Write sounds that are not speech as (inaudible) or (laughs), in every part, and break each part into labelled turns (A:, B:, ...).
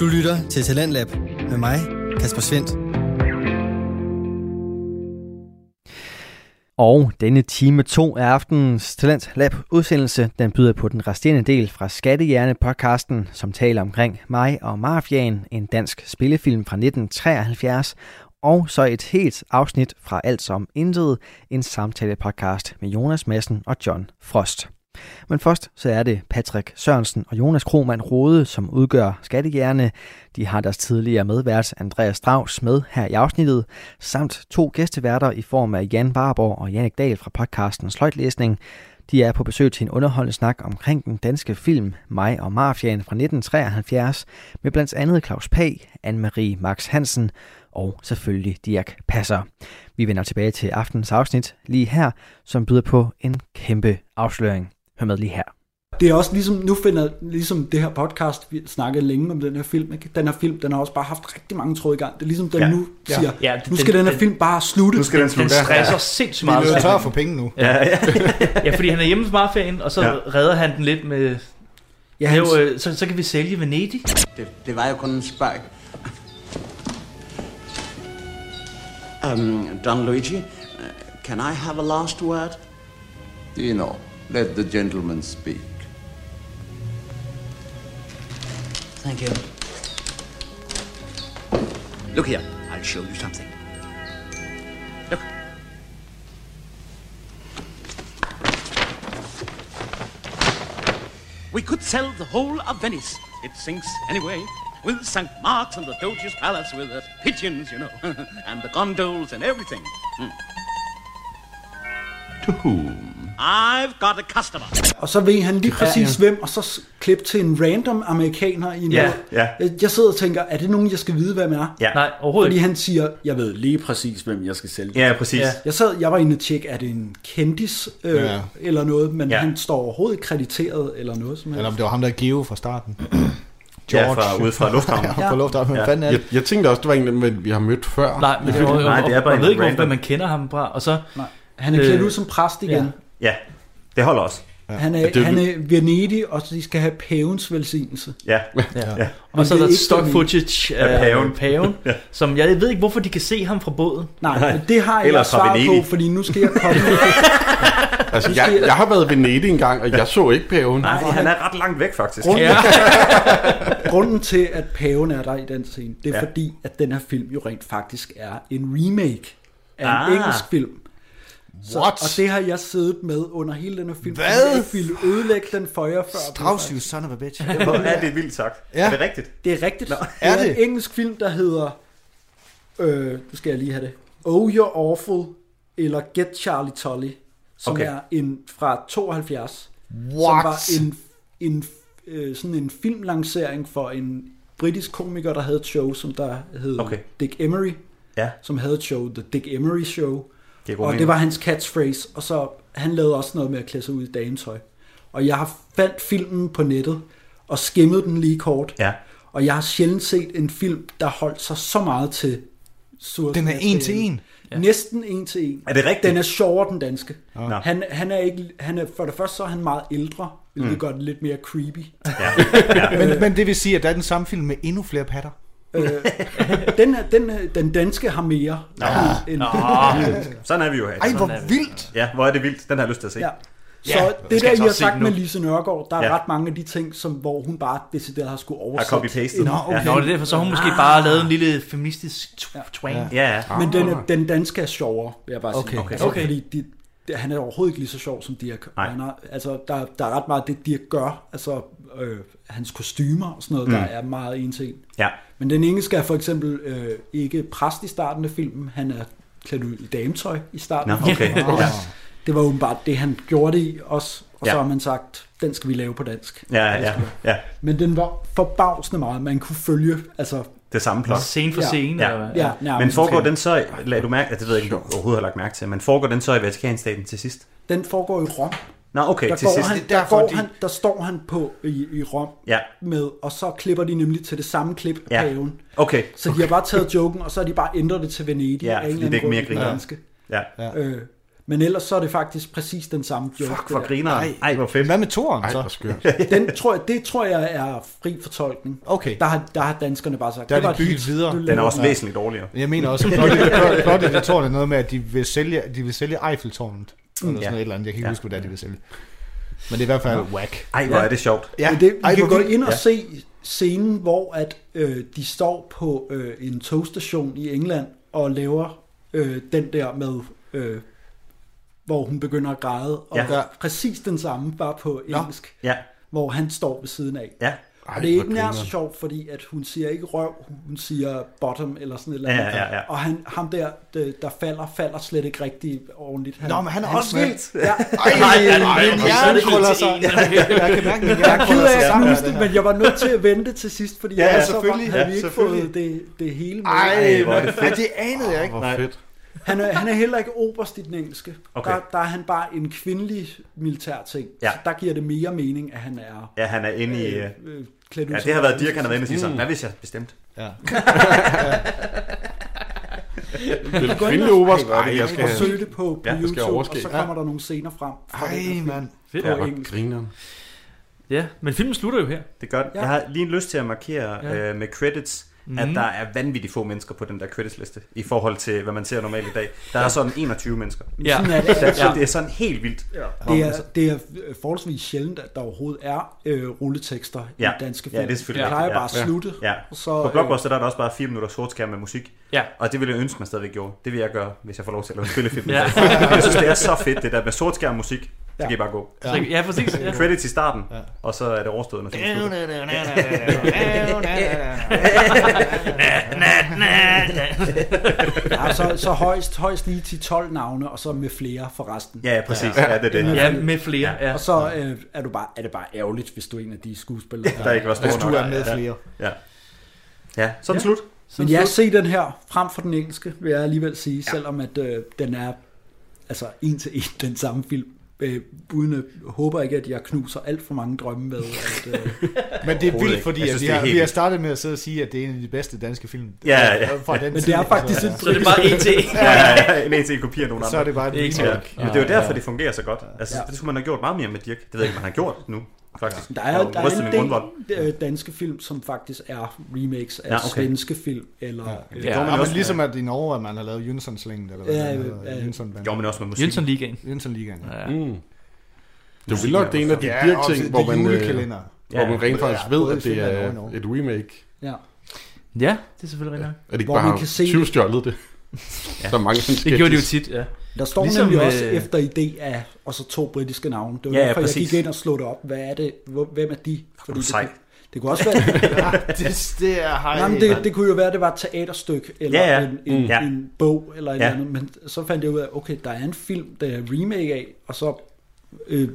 A: Du lytter til Talentlab med mig, Kasper Svendt.
B: Og denne time 2 af aftenens Talent Lab udsendelse, den byder på den resterende del fra Skattehjerne podcasten, som taler omkring mig og Mafiaen, en dansk spillefilm fra 1973, og så et helt afsnit fra Alt som Intet, en samtale podcast med Jonas Madsen og John Frost. Men først så er det Patrick Sørensen og Jonas Krohmann Rode, som udgør Skattehjerne. De har deres tidligere medvært Andreas Strauss med her i afsnittet, samt to gæsteværter i form af Jan Barborg og Jannik Dahl fra podcasten Sløjtlæsning. De er på besøg til en underholdende snak omkring den danske film Mig og Mafiaen fra 1973 med blandt andet Claus Pag, Anne-Marie Max Hansen og selvfølgelig Dirk Passer. Vi vender tilbage til aftenens afsnit lige her, som byder på en kæmpe afsløring. Hør med lige her.
C: Det er også ligesom, nu finder ligesom det her podcast, vi snakkede længe om den her film, ikke? den her film, den har også bare haft rigtig mange tråd i gang. Det er ligesom, den
D: Ja.
C: ja. nu
E: Ja.
C: siger, ja.
E: Ja,
C: Ja,
E: den-
C: nu skal
E: den-
C: den, den
E: den-
C: her film bare slutte.
D: Nu skal den
E: Den
D: slutte.
E: stresser sindssygt
F: Vi
E: meget.
F: er jo tør for penge nu.
D: Ja, ja.
E: Ja, fordi han er hjemme på mafien, og så
D: Ja.
E: redder han den lidt med...
C: ja,
E: Ja,
C: han,
E: jo, øh, så, så kan vi sælge Venedig.
G: Det, det var jo kun en spøg. Um, Don Luigi, uh, can I have a last word?
H: You know, let the gentleman speak.
G: Thank you. Look here, I'll show you something. Look. We could sell the whole of Venice. It sinks anyway. With St. Mark's and the Doge's Palace with the pigeons, you know, (laughs) and the gondols and everything. Hmm.
D: To whom?
G: I've got a customer.
E: øh,
C: og så ved han lige præcis ja, ja. hvem, og så s- klip til en random amerikaner i en
E: Ja,
D: ja.
C: Jeg- Jeg sidder og tænker, er det nogen, jeg skal vide, hvem er?
D: Ja.
E: Nej, overhovedet
C: Fordi
E: ikke.
C: han siger, jeg ved lige præcis, hvem jeg skal sælge.
D: Ja, præcis.
E: Ja.
D: Ja.
C: Jeg sad, jeg var inde og tjekke, er det en kendis øh,
F: Ja.
C: ja. eller noget, men
D: Ja.
C: ja. han står overhovedet ikke krediteret eller noget som helst.
F: Eller om det var ham, der Geo fra starten.
D: Ja, fra, ude fra lufthavnen.
F: (laughs) Ja, fra lufthavnen. Hvem fanden er
I: Jeg,
F: det?
I: jeg tænkte også, det var en af dem, vi har mødt før.
E: Nej, men det, og, og,
D: Nej, det er bare
E: og, og
D: en
E: ved ikke, hvor-
D: random.
E: hvem man kender ham fra. Og så,
C: Han er klædt
E: Øh,
C: ud som præst
E: ja.
C: igen.
D: Ja, det holder også.
C: Ja. Han, er,
I: Ja, det-
C: han er Venedig, og så de skal have pavens velsignelse.
D: Ja,
E: og så er
C: det
E: der
C: er
E: et
C: ikke
E: stock
C: den-
E: footage
D: Af
E: af
D: paven.
E: paven,
D: (laughs)
E: paven som jeg ved ikke, hvorfor de kan se ham fra båden.
C: Nej, men det har jeg
D: Ellers fra
C: svar på,
D: Venedig.
C: fordi nu skal jeg komme.
I: Altså, jeg, jeg har været i Venedig engang, og jeg så ikke paven.
D: nej, han er ret langt væk faktisk.
C: Grunden,
E: Ja.
C: (laughs) grunden til, at paven er der i den scene, det er
D: Ja.
C: ja. fordi, at den her film jo rent faktisk er en remake af
D: Ah.
C: en engelsk film. Så,
F: What?
C: og det har jeg siddet med under hele den her film. fordi
F: Hvad?
C: Jeg ikke ville ødelægge den for jer før.
F: Strauss, you son of a bitch.
D: Hvor er det vildt sagt.
F: Ja.
D: Er det rigtigt?
C: Det er rigtigt. Nå,
F: er
C: det er en
F: det?
C: engelsk film, der hedder... Øh, nu skal jeg lige have det. Oh, You're Awful, eller Get Charlie Tolly, som
D: Okay.
C: okay. er en fra 72. Som
F: What?
C: var en, en, øh, sådan en filmlancering for en britisk komiker, der havde et show, som der hed
D: Okay.
C: okay. Dick Emery,
D: Ja,
C: som havde et show, The Dick Emery Show.
D: det er god
C: Og det
D: mening.
C: var hans catchphrase, og så han lavede også noget med at klæde sig ud i dametøj. Og jeg har fandt filmen på nettet, og skimmede den lige kort.
D: Ja.
C: Og jeg har sjældent set en film, der holdt sig så meget til sort
F: Den er en til en.
C: Ja. Næsten en til en.
D: Er det rigtigt?
C: Den er sjovere, den danske.
D: Nå.
C: Han, han er ikke, han er, for det første så er han meget ældre, hvilket mm. gør det lidt mere creepy.
D: (laughs)
F: Men, men det vil sige, at der er den samme film med endnu flere patter.
C: Øh, Den, er, den, er- den danske har mere. Nå. End, Nå.
D: Sådan er vi jo her.
F: Ej, hvor vildt!
D: Ja, hvor er det vildt. Den har jeg lyst til at se.
C: Ja.
D: Ja.
C: Så ja, det
E: skal
C: der,
E: jeg
C: I
E: så
C: har
E: også se
C: sagt
E: nu.
C: med Lise Nørgaard, der er
D: Ja.
C: ja. ret mange af de ting, som, hvor hun bare decideret har skulle
D: Har
C: oversætte.
D: copy-pastet.
F: Nå, okay.
E: (laughs) Nå, det er derfor, så har hun måske
C: Ah.
E: bare lavet en lille feministisk tw- twang. Ja.
D: Ja, ja.
C: Men den, er, den danske er sjovere, vil jeg bare
F: Okay.
C: sige.
F: Okay.
C: Altså,
E: Okay.
C: Fordi de, de, han er overhovedet ikke lige så sjov som Dirk.
D: Nej.
C: Han er, altså, der, der er ret meget af det, Dirk gør. Altså, øh, hans kostymer og sådan noget, mm. der er meget en til en.
D: Ja.
C: Men den engelske er for eksempel øh, ikke præst i starten af filmen. Han er klædt ud i dametøj i starten.
D: Nå,
C: af filmen.
D: okay.
C: (laughs) Og
D: Ja.
C: Det var åbenbart det, han gjorde det i også. Og
D: Ja.
C: så har man sagt, den skal vi lave på dansk.
D: Ja, ja, ja.
C: Men den var forbavsende meget. Man kunne følge, altså...
D: Det samme plot.
E: Scene for
C: Ja.
E: scene.
D: Ja.
E: eller hvad?
C: Ja, nærmest.
D: Men foregår den så, i- lad du mærke, at det ved jeg ikke, om du overhovedet har lagt mærke til, men foregår den så i Vatikanstaten til sidst?
C: den foregår i Rom.
D: Nå, okay,
C: Der,
D: til
C: går
D: sidst.
C: han,
F: Det er
C: der,
F: derfor,
C: går
F: de-
C: han, der står han på i, i Rom
D: Ja.
C: med, og så klipper de nemlig til det samme klip af
D: Ja.
C: paven.
D: Okay,
C: Så de har bare taget joken, og så har de bare ændret det til Venedig.
D: Ja,
C: af en
D: fordi
C: eller
D: det er
C: anden
D: ikke mere
C: grund, den
D: griner.
C: danske.
D: ja.
C: Øh, Men ellers så er det faktisk præcis den samme joke.
D: Fuck,
C: det
D: hvor
C: der.
D: griner han. Ej, hvor fedt.
F: Hvad med toren
I: Ej,
F: så?
I: hvor skørt.
C: Den tror jeg, det tror jeg er fri fortolkning.
F: Okay.
C: Der har, der har danskerne bare sagt,
F: Der er
C: det
F: de
C: var et
F: bygget
C: hit.
F: videre.
C: Du
F: Den
D: Den er
C: laver
D: også væsentligt dårligere.
F: Jeg mener også, at Plottet- Plottet, jeg tror, det er noget med, at de vil sælge, de vil sælge Eiffeltårnet. Eller sådan
D: Ja.
F: noget, et eller andet. Jeg kan ikke
D: Ja.
F: huske, hvad det er, de vil sælge. Men det er i hvert fald whack.
D: Ej, hvor er det sjovt.
C: Ja, men det, vi
F: Ej,
C: kan
F: hvor
C: gå
F: vildt.
C: ind og
D: Ja.
C: ja. se scenen, hvor at øh, de står på øh, en togstation i England og laver øh, den der med, øh, hvor hun begynder at græde, og
D: Ja.
C: ja. præcis den samme, bare på engelsk,
D: Ja,
C: hvor han står ved siden af.
D: ja.
C: Og det er
I: hvor
C: ikke nær så
I: grineren.
C: sjovt, fordi at hun siger ikke røv, hun siger bottom eller sådan et eller andet.
D: Ja, ja, ja.
C: Og han, ham der, der, der falder, falder slet ikke rigtig ordentligt. Han,
F: Nå, men han er også
C: smager-
F: vildt. (laughs)
C: Ja,
F: Min hjerne krøller sig. Jeg kan mærke, min
C: jeg
F: hjerne
C: er ked
F: krøller
C: af
F: sig
C: at
F: sammen.
C: knuse det, men jeg var nødt til at vente til sidst, fordi
F: Ja,
C: ellers
F: selvfølgelig.
C: så var, havde vi
F: Ja,
C: ikke
F: selvfølgelig.
C: fået det, det hele med.
F: Ej,
D: Ej, hvor er det
F: det, Ej, det anede jeg ikke.
I: Hvor fedt.
C: Han, er, han er heller ikke oberst i den engelske.
D: Okay.
C: Der, der er han bare en kvindelig militær ting.
D: Ja.
C: Så der giver det mere mening, at han er
D: Ja, han er inde i... øh,
C: øh, klædt ud
D: Ja,
C: som-
D: det har været Dirk, han har været inde og sige sådan. Hvad hvis jeg bestemt?
I: Vil kvinde oberst? Ej, jeg skal
C: Og
I: have...
C: søge det på, på
D: Ja,
C: ja,
I: jeg skal
C: YouTube, og
I: overskæg.
C: så kommer der nogle scener frem. fra den her
F: Ej,
C: film
F: mand.
C: På
I: Ja,
C: ja,
I: hvor
C: engelsk.
I: grineren.
J: Ja, men filmen slutter jo her.
D: Det gør det.
C: Ja.
D: Jeg har lige en lyst til at markere
J: Ja.
D: øh, med credits, at der er vanvittigt få mennesker på den der creditsliste, i forhold til, hvad man ser normalt i dag. Der er sådan 21 mennesker.
J: Ja.
C: Sådan er det.
D: Så det er sådan helt vildt.
C: Det er, det er øh, forholdsvis sjældent, at der overhovedet er øh, rulletekster
D: Ja.
C: i danske
D: Ja,
C: film.
D: det er selvfølgelig
C: Det plejer
D: rigtigt.
C: bare at
I: Ja.
C: slutte.
D: Ja.
C: Og
D: Så,
C: så,
D: på Blockbuster der er der også bare 4 minutter sort skærm med musik.
J: Ja.
D: Og det ville jeg ønske, man stadigvæk gjorde. Det vil jeg gøre, hvis jeg får lov til at lave spillefilm.
J: Ja.
D: ja. (laughs) Jeg synes, det er så fedt, det der med sort skærm musik. Så
C: Ja.
D: kan I bare gå.
J: Ja, ja præcis. Ja.
D: Credits i starten, og så er det overstået, når filmen slutter.
C: Ja, så, så højst, højst lige til 12 navne, og så med flere for resten.
D: Ja, ja, præcis. Ja, det er det.
J: Ja, med flere. Ja.
C: Og så øh, er, du bare, er det bare ærgerligt, hvis du er en af de skuespillere.
D: Der er ikke var stor
F: Hvis du
D: nok.
F: er med flere.
D: Ja. Ja, sådan ja. slut.
C: Men ja, se den her frem for den engelske, vil jeg alligevel sige, ja. selvom at øh, den er altså en til en den samme film. Øh, uden at, håber ikke, at jeg knuser alt for mange drømme med.
D: (laughs)
C: At, øh,
F: Men det er
D: Overhovedet
F: vildt,
D: ikke.
F: fordi
D: Jeg
F: at
D: synes,
F: vi,
D: det er
F: har,
D: helt
F: vi har
D: vildt.
F: startet med at sidde og sige, at det er en af de bedste danske film. Øh,
D: Ja, ja.
F: Fra den
C: men det
F: tid,
C: er faktisk
F: så-
C: en
J: Så er det bare
E: E
J: en til en.
D: Ja, ja, ja. En en til en kopi af nogen andre.
F: Så er det bare et
J: Det er ikke
F: remake.
D: Ja. Men det er jo derfor, det fungerer så godt. Altså, det skulle man have gjort meget mere med Dirk. Det ved jeg ikke, man har gjort nu, faktisk.
C: der
D: Jeg har
C: er,
D: jo
C: der
D: rystet min
C: er en
D: grundvold.
C: del øh, danske film, som faktisk er remakes af
D: Ja,
C: ja,
D: okay.
C: okay. svenske film. Eller, øh,
J: Ja.
F: Ja,
D: man
F: men
D: også-
F: ligesom at i Norge, at man har lavet Jønsson-slængen, eller hvad
C: Ja,
F: ja, den
C: øh,
F: hedder,
C: øh,
F: Jønsson-banden.
D: Gjorde man også med musik.
J: Jønsson Ligaen.
F: Jønsson-ligaen. Ja,
I: Mm. Det er jo vildt nok, det er en af de
F: ja og
I: Dirk-ting,
F: det-
I: hvor
F: det
I: man, øh,
D: (laughs)
F: julekalender.
I: hvor man rent
F: Ja,
I: faktisk
F: ja,
I: ved,
F: både
I: at
F: i
I: det
F: Finland
I: er
F: og i Norge.
I: et remake.
C: ja.
J: Ja, det er selvfølgelig rigtigt nok.
I: Er det ikke
C: Hvor
I: bare
C: man kan se-
I: tyvstjålet det? Der er mange
J: Det gjorde de jo tit, ja.
C: Der står
J: Ligesom,
C: ligesom, nemlig også
J: øh,
C: efter idé af, og så to britiske navne. Det var
D: Ja, ja,
C: ja, derfor, jeg
D: præcis.
C: gik ind og slog det op. Hvad er det? Hvor- Hvem er de? Fordi det,
D: sej.
C: kunne, det kunne også være,
F: Det, det er hej.
C: nej, men det, det kunne jo være, at det var et teaterstykke, eller
D: Ja, ja.
C: En, en,
D: Mm. Ja.
C: en bog, eller et
D: Ja.
C: ja. andet. Men så fandt jeg ud af, okay, der er en film, der er remake af, og så, øh,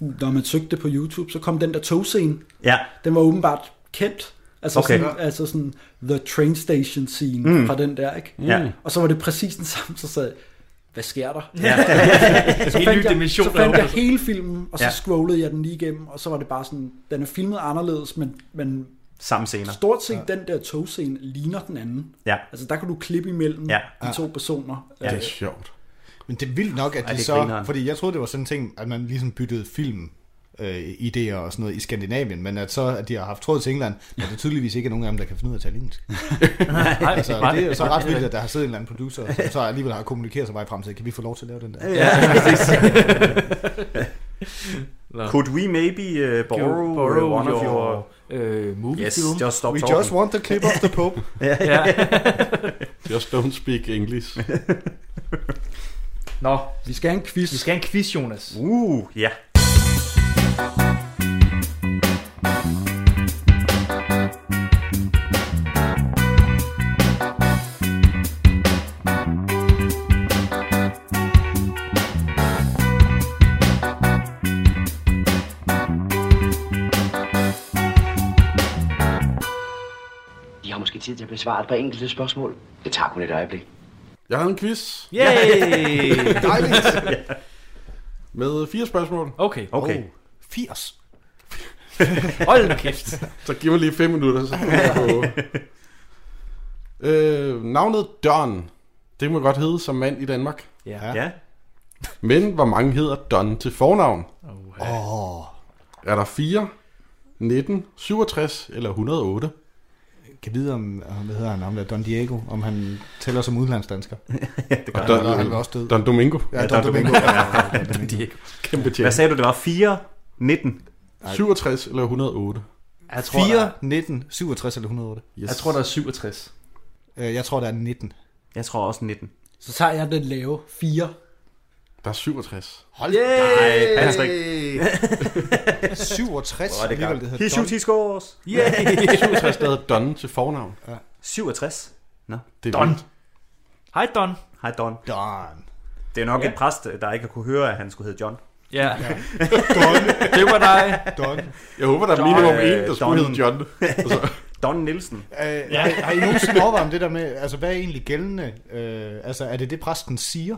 C: når man søgte det på YouTube, så kom den der togscene.
D: Ja,
C: Den var åbenbart kendt. Altså,
D: Okay.
C: okay. sådan, altså sådan the train station scene mm. fra den der, ikke?
D: ja.
C: Og så var det præcis den samme, så sad jeg, hvad sker der?
D: ja.
C: så
J: Altså, En
C: fandt,
J: ny dimension,
C: jeg, så
J: der
C: fandt jeg
J: åbner sig.
C: hele filmen, og så
D: Ja.
C: ja. scrollede jeg den lige igennem, og så var det bare sådan, den er filmet anderledes, men, men
D: Samme scener.
C: stort set ja. den der togscene ligner den anden.
D: Ja.
C: Altså der kan du klippe imellem
D: Ja.
C: ja. de to personer.
D: Ja.
C: Øh,
I: Det er sjovt.
F: Men det er vildt nok, at
D: Ej,
F: de
D: det er
F: så...
D: grineren.
F: Fordi jeg troede, det var sådan en ting, at man ligesom byttede film øh, idéer og sådan noget i Skandinavien, men at så at de har haft tråd til England, men det er tydeligvis ikke er nogen af dem, der kan finde ud af at tale
D: (laughs)
F: engelsk.
J: (laughs) Nej,
F: Altså, det er jo så ret vildt, at der har siddet en eller anden producer, som så alligevel har kommunikeret sig vej frem til, kan vi få lov til at lave den der?
D: Ja, præcis. Could we maybe uh, borrow, borrow one of your...
J: (laughs) øh, movie
D: Yes,
J: film.
D: just stop
F: We
D: talking.
F: just want the clip of the (laughs) Pope.
J: Ja.
I: Just don't speak English.
J: Nå,
C: Vi skal have en quiz.
J: vi skal have en quiz, Jonas.
D: Uh, ja.
K: I har måske tid til at besvare et par enkelte spørgsmål. Det tager kun et øjeblik.
I: Jeg har en quiz
J: Yay!
F: Dejligt.
I: (laughs) med fire spørgsmål.
J: Okay,
D: Okay.
F: 80.
J: hold nu kæft.
I: Så giv mig lige fem minutter, så kan jeg på. øh, navnet Don, det kan man godt hedde som mand i Danmark.
J: Ja.
D: Ja.
I: Men hvor mange hedder Don til fornavn?
F: Åh. Oh.
I: Er der 4, 19, 67 eller 108?
F: Kan vide, om, om- hvad hedder han, om der Don Diego, om han tæller som udlandsdansker.
I: det
F: Og
I: gør
F: Don,
I: han.
F: han var også død.
I: Don Domingo.
F: Ja, Don, Domingo. Ja, Don Domingo.
I: Kæmpe tjek.
D: Hvad sagde du, det var 4, 19?
I: 67 eller 108?
J: Jeg
D: tror,
F: 4,
D: der
F: 19, 67 eller 108.
I: Yes.
J: Jeg tror, der er 67.
F: Øh, Jeg tror, der er 19.
D: Jeg tror også 19.
C: Så tager jeg den lave 4.
I: Der er 67.
F: Hold
D: Nej, Patrick.
F: (laughs) 67
D: Hvor er det
F: alligevel,
D: gammelt.
F: det
D: He
F: hedder
D: shoot, he scores.
I: Yeah. 67, der hedder Don til fornavn.
D: 67. Nå,
I: Det er
D: Don.
I: vildt.
J: (laughs) Hej Don.
D: Hej Don.
F: Don.
D: Det er nok ja. en præst, der ikke har kunne høre, at han skulle hedde John.
J: Ja. Det var dig.
F: Don.
I: Jeg håber, der er
D: Don,
I: minimum
D: øh,
I: en, der skulle
D: Don.
I: hedde John. Altså,
D: Don Nielsen.
F: Øh, ja. har, har I nogensinde overvejet om det der med, altså hvad er egentlig gældende? Øh, altså er det det, præsten siger,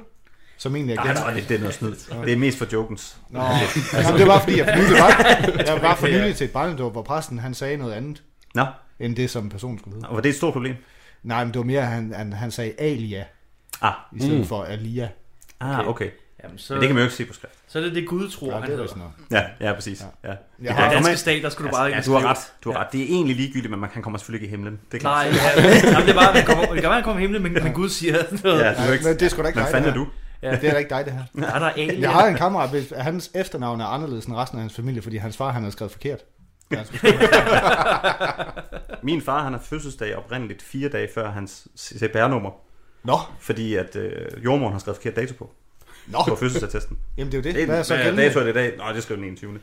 F: som egentlig er
D: Nej,
F: gældende?
D: Ah, nej, det, det er noget snyd. Det er mest for jokens.
F: Nå, altså, det var fordi, jeg for nylig var, (laughs) jeg var for nylig til et barnedåb, hvor præsten han sagde noget andet,
D: Nå,
F: end det, som personen skulle hedde.
D: og var det et stort problem?
F: Nej, men det var mere, han, han, han sagde Alia,
D: Ah,
F: i stedet
I: Mm.
F: mm. for Alia.
D: ah okay.
J: Jamen, så,
D: Men det kan man jo ikke se på skrift.
J: så er det det Gud tror,
F: Ja,
J: han
F: det er
J: hedder.
F: vist noget.
D: Ja, ja, præcis. Ja.
F: Jeg
J: Ja,
F: har,
J: danske stat, der skulle du bare
D: ja,
J: ikke
D: du har
J: skrive.
D: ret. Du har ret. Det er egentlig ligegyldigt, men man kan komme selvfølgelig ikke i himlen. Det er klart.
J: Nej, ja, jamen, det er bare, man kommer, det kan være, han kommer i himlen, men, men Gud siger noget.
D: Ja,
J: Ja.
D: du er ikke...
F: men det er sgu da ikke
D: Hvad
F: dig,
D: fanden
F: det
D: er
F: her.
D: du?
F: det er da ikke dig,
D: (laughs)
F: det her.
J: Er der alien?
F: Jeg har en kammerat, hvis hans efternavn er anderledes end resten af hans familie, fordi hans far han har skrevet forkert. Han skulle skrive-
D: Min far, han har fødselsdag oprindeligt fire dage før hans CPR-nummer,
F: Nå,
D: fordi at øh, jordmoren har skrevet forkert dato på.
F: nå,
D: På fødselsattesten.
F: jamen det er jo
D: Det
F: det.
D: er,
F: Hvad er så gældende?
D: dato er det i dag? Nå, det skrev den 21.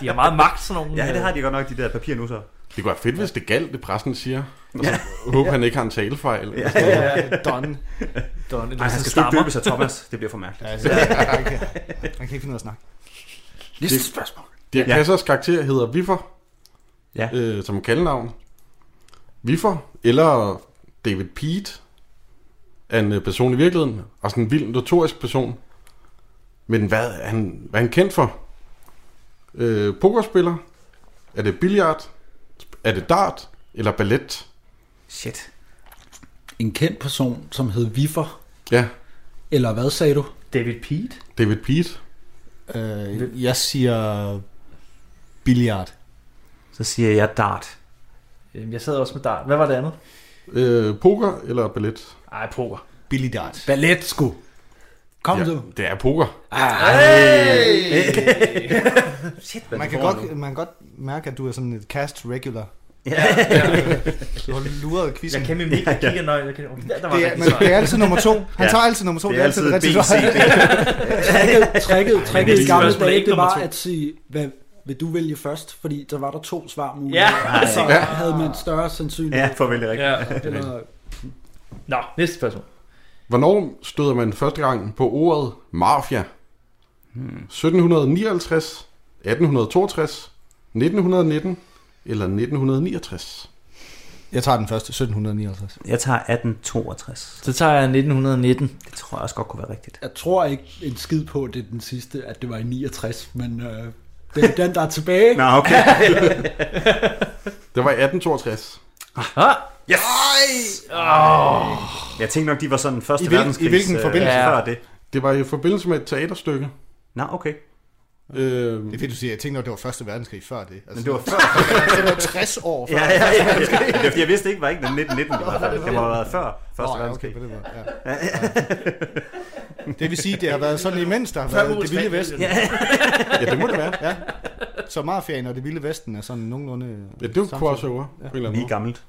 J: De har meget magt, sådan nogle.
D: Ja, det har de godt nok, de der papir nu så.
I: det kunne være fedt, hvis det galt, det præsten siger. Og så håber han ikke har en talefejl. Ja.
F: Ja, Don.
J: Don, eller
D: Nej, han skal sgu ikke døbe sig Thomas. Det bliver for mærkeligt.
F: Altså,
D: (laughs)
F: han, kan, han kan ikke finde ud af at snakke.
C: Næste spørgsmål.
I: Dirk
D: Ja.
I: Passers karakter hedder Viffer,
D: Ja.
I: øh, som kaldenavn. Viffer, eller David Pete, er en øh, person i virkeligheden, og sådan en vild, notorisk person. Men hvad er han, hvad er han kendt for? Øh, pokerspiller? Er det billiard? Er det dart? Eller ballet?
D: Shit.
C: En kendt person, som hed Viffer,
I: Ja,
C: eller hvad sagde du?
J: David Pete?
I: David Pete.
F: Øh, jeg siger billiard.
D: Så siger jeg dart.
J: Jamen, Jeg sad også med dart. Hvad var det andet?
I: Øh, poker eller ballet?
J: Ej, poker.
F: Billy dart.
C: Ballet, sgu. Kom du.
I: Ja, det er poker.
F: Man kan, godt, man kan godt mærke, at du er sådan et cast regular. Du har luret quizzen.
J: Jeg kan min ikke kigge nøje. Jeg kan... Der, der var
F: Det er,
J: rigtig
F: men
J: svar.
F: det er altid nummer to. Han tager altid nummer to.
D: Det er altid
F: det rigtige
D: BC.
F: svar.
C: Tricket, tricket, tricket i
J: lige
C: gamle
J: spørgsmål,
C: dage,
J: ikke
C: det
J: nummer
C: var
J: to.
C: at sige, hvad vil du vælge først? Fordi der var der to svar
J: Ja.
C: muligheder. Så
I: Ja.
C: havde man større
D: Ja,
C: sandsynlighed.
D: for vældig rigtigt.
J: Ja.
C: Eller,
J: Nå, næste spørgsmål.
I: Hvornår støder man første gang på ordet mafia? Hmm. 1759, 1862, 1919 eller 1969?
F: (laughs) Jeg tager den første, 1759.
D: Jeg tager 1862.
J: Så tager jeg 1919.
D: Det tror jeg også godt kunne være rigtigt.
C: jeg tror ikke en skid på, at det er den sidste, at det var i 69, men øh, det er den, der er tilbage.
D: Nå, okay.
I: Det var i 1862.
D: Yes! Jeg tænkte nok, de var sådan første
F: I hvilken-
D: verdenskrig.
F: i hvilken forbindelse?
D: før det?
I: Det var i forbindelse med et teaterstykke.
D: Nå, okay.
I: Øh,
F: Det er fedt, du siger. Jeg tænkte nok, det var første verdenskrig før det. Altså,
D: Men det var
F: (laughs)
D: før.
F: det var 60 år før.
D: Ja, ja, ja. ja. Det er fordi, Jeg vidste ikke, var ikke den 1919 i hvert fald. Det må have været før første
F: Nå, ja,
D: verdenskrig.
F: Okay, på den måde. Ja. Ja. (laughs) Det vil sige, det har været sådan imens, der har
J: Før
F: været det
J: USA.
F: vilde vesten.
J: Ja.
I: ja, det må det være.
F: Ja. Så mafiaen og det vilde vesten er sådan nogenlunde...
I: Ja, det var crossover. Ja. På en eller anden
D: Lige
I: måde.
D: gammelt.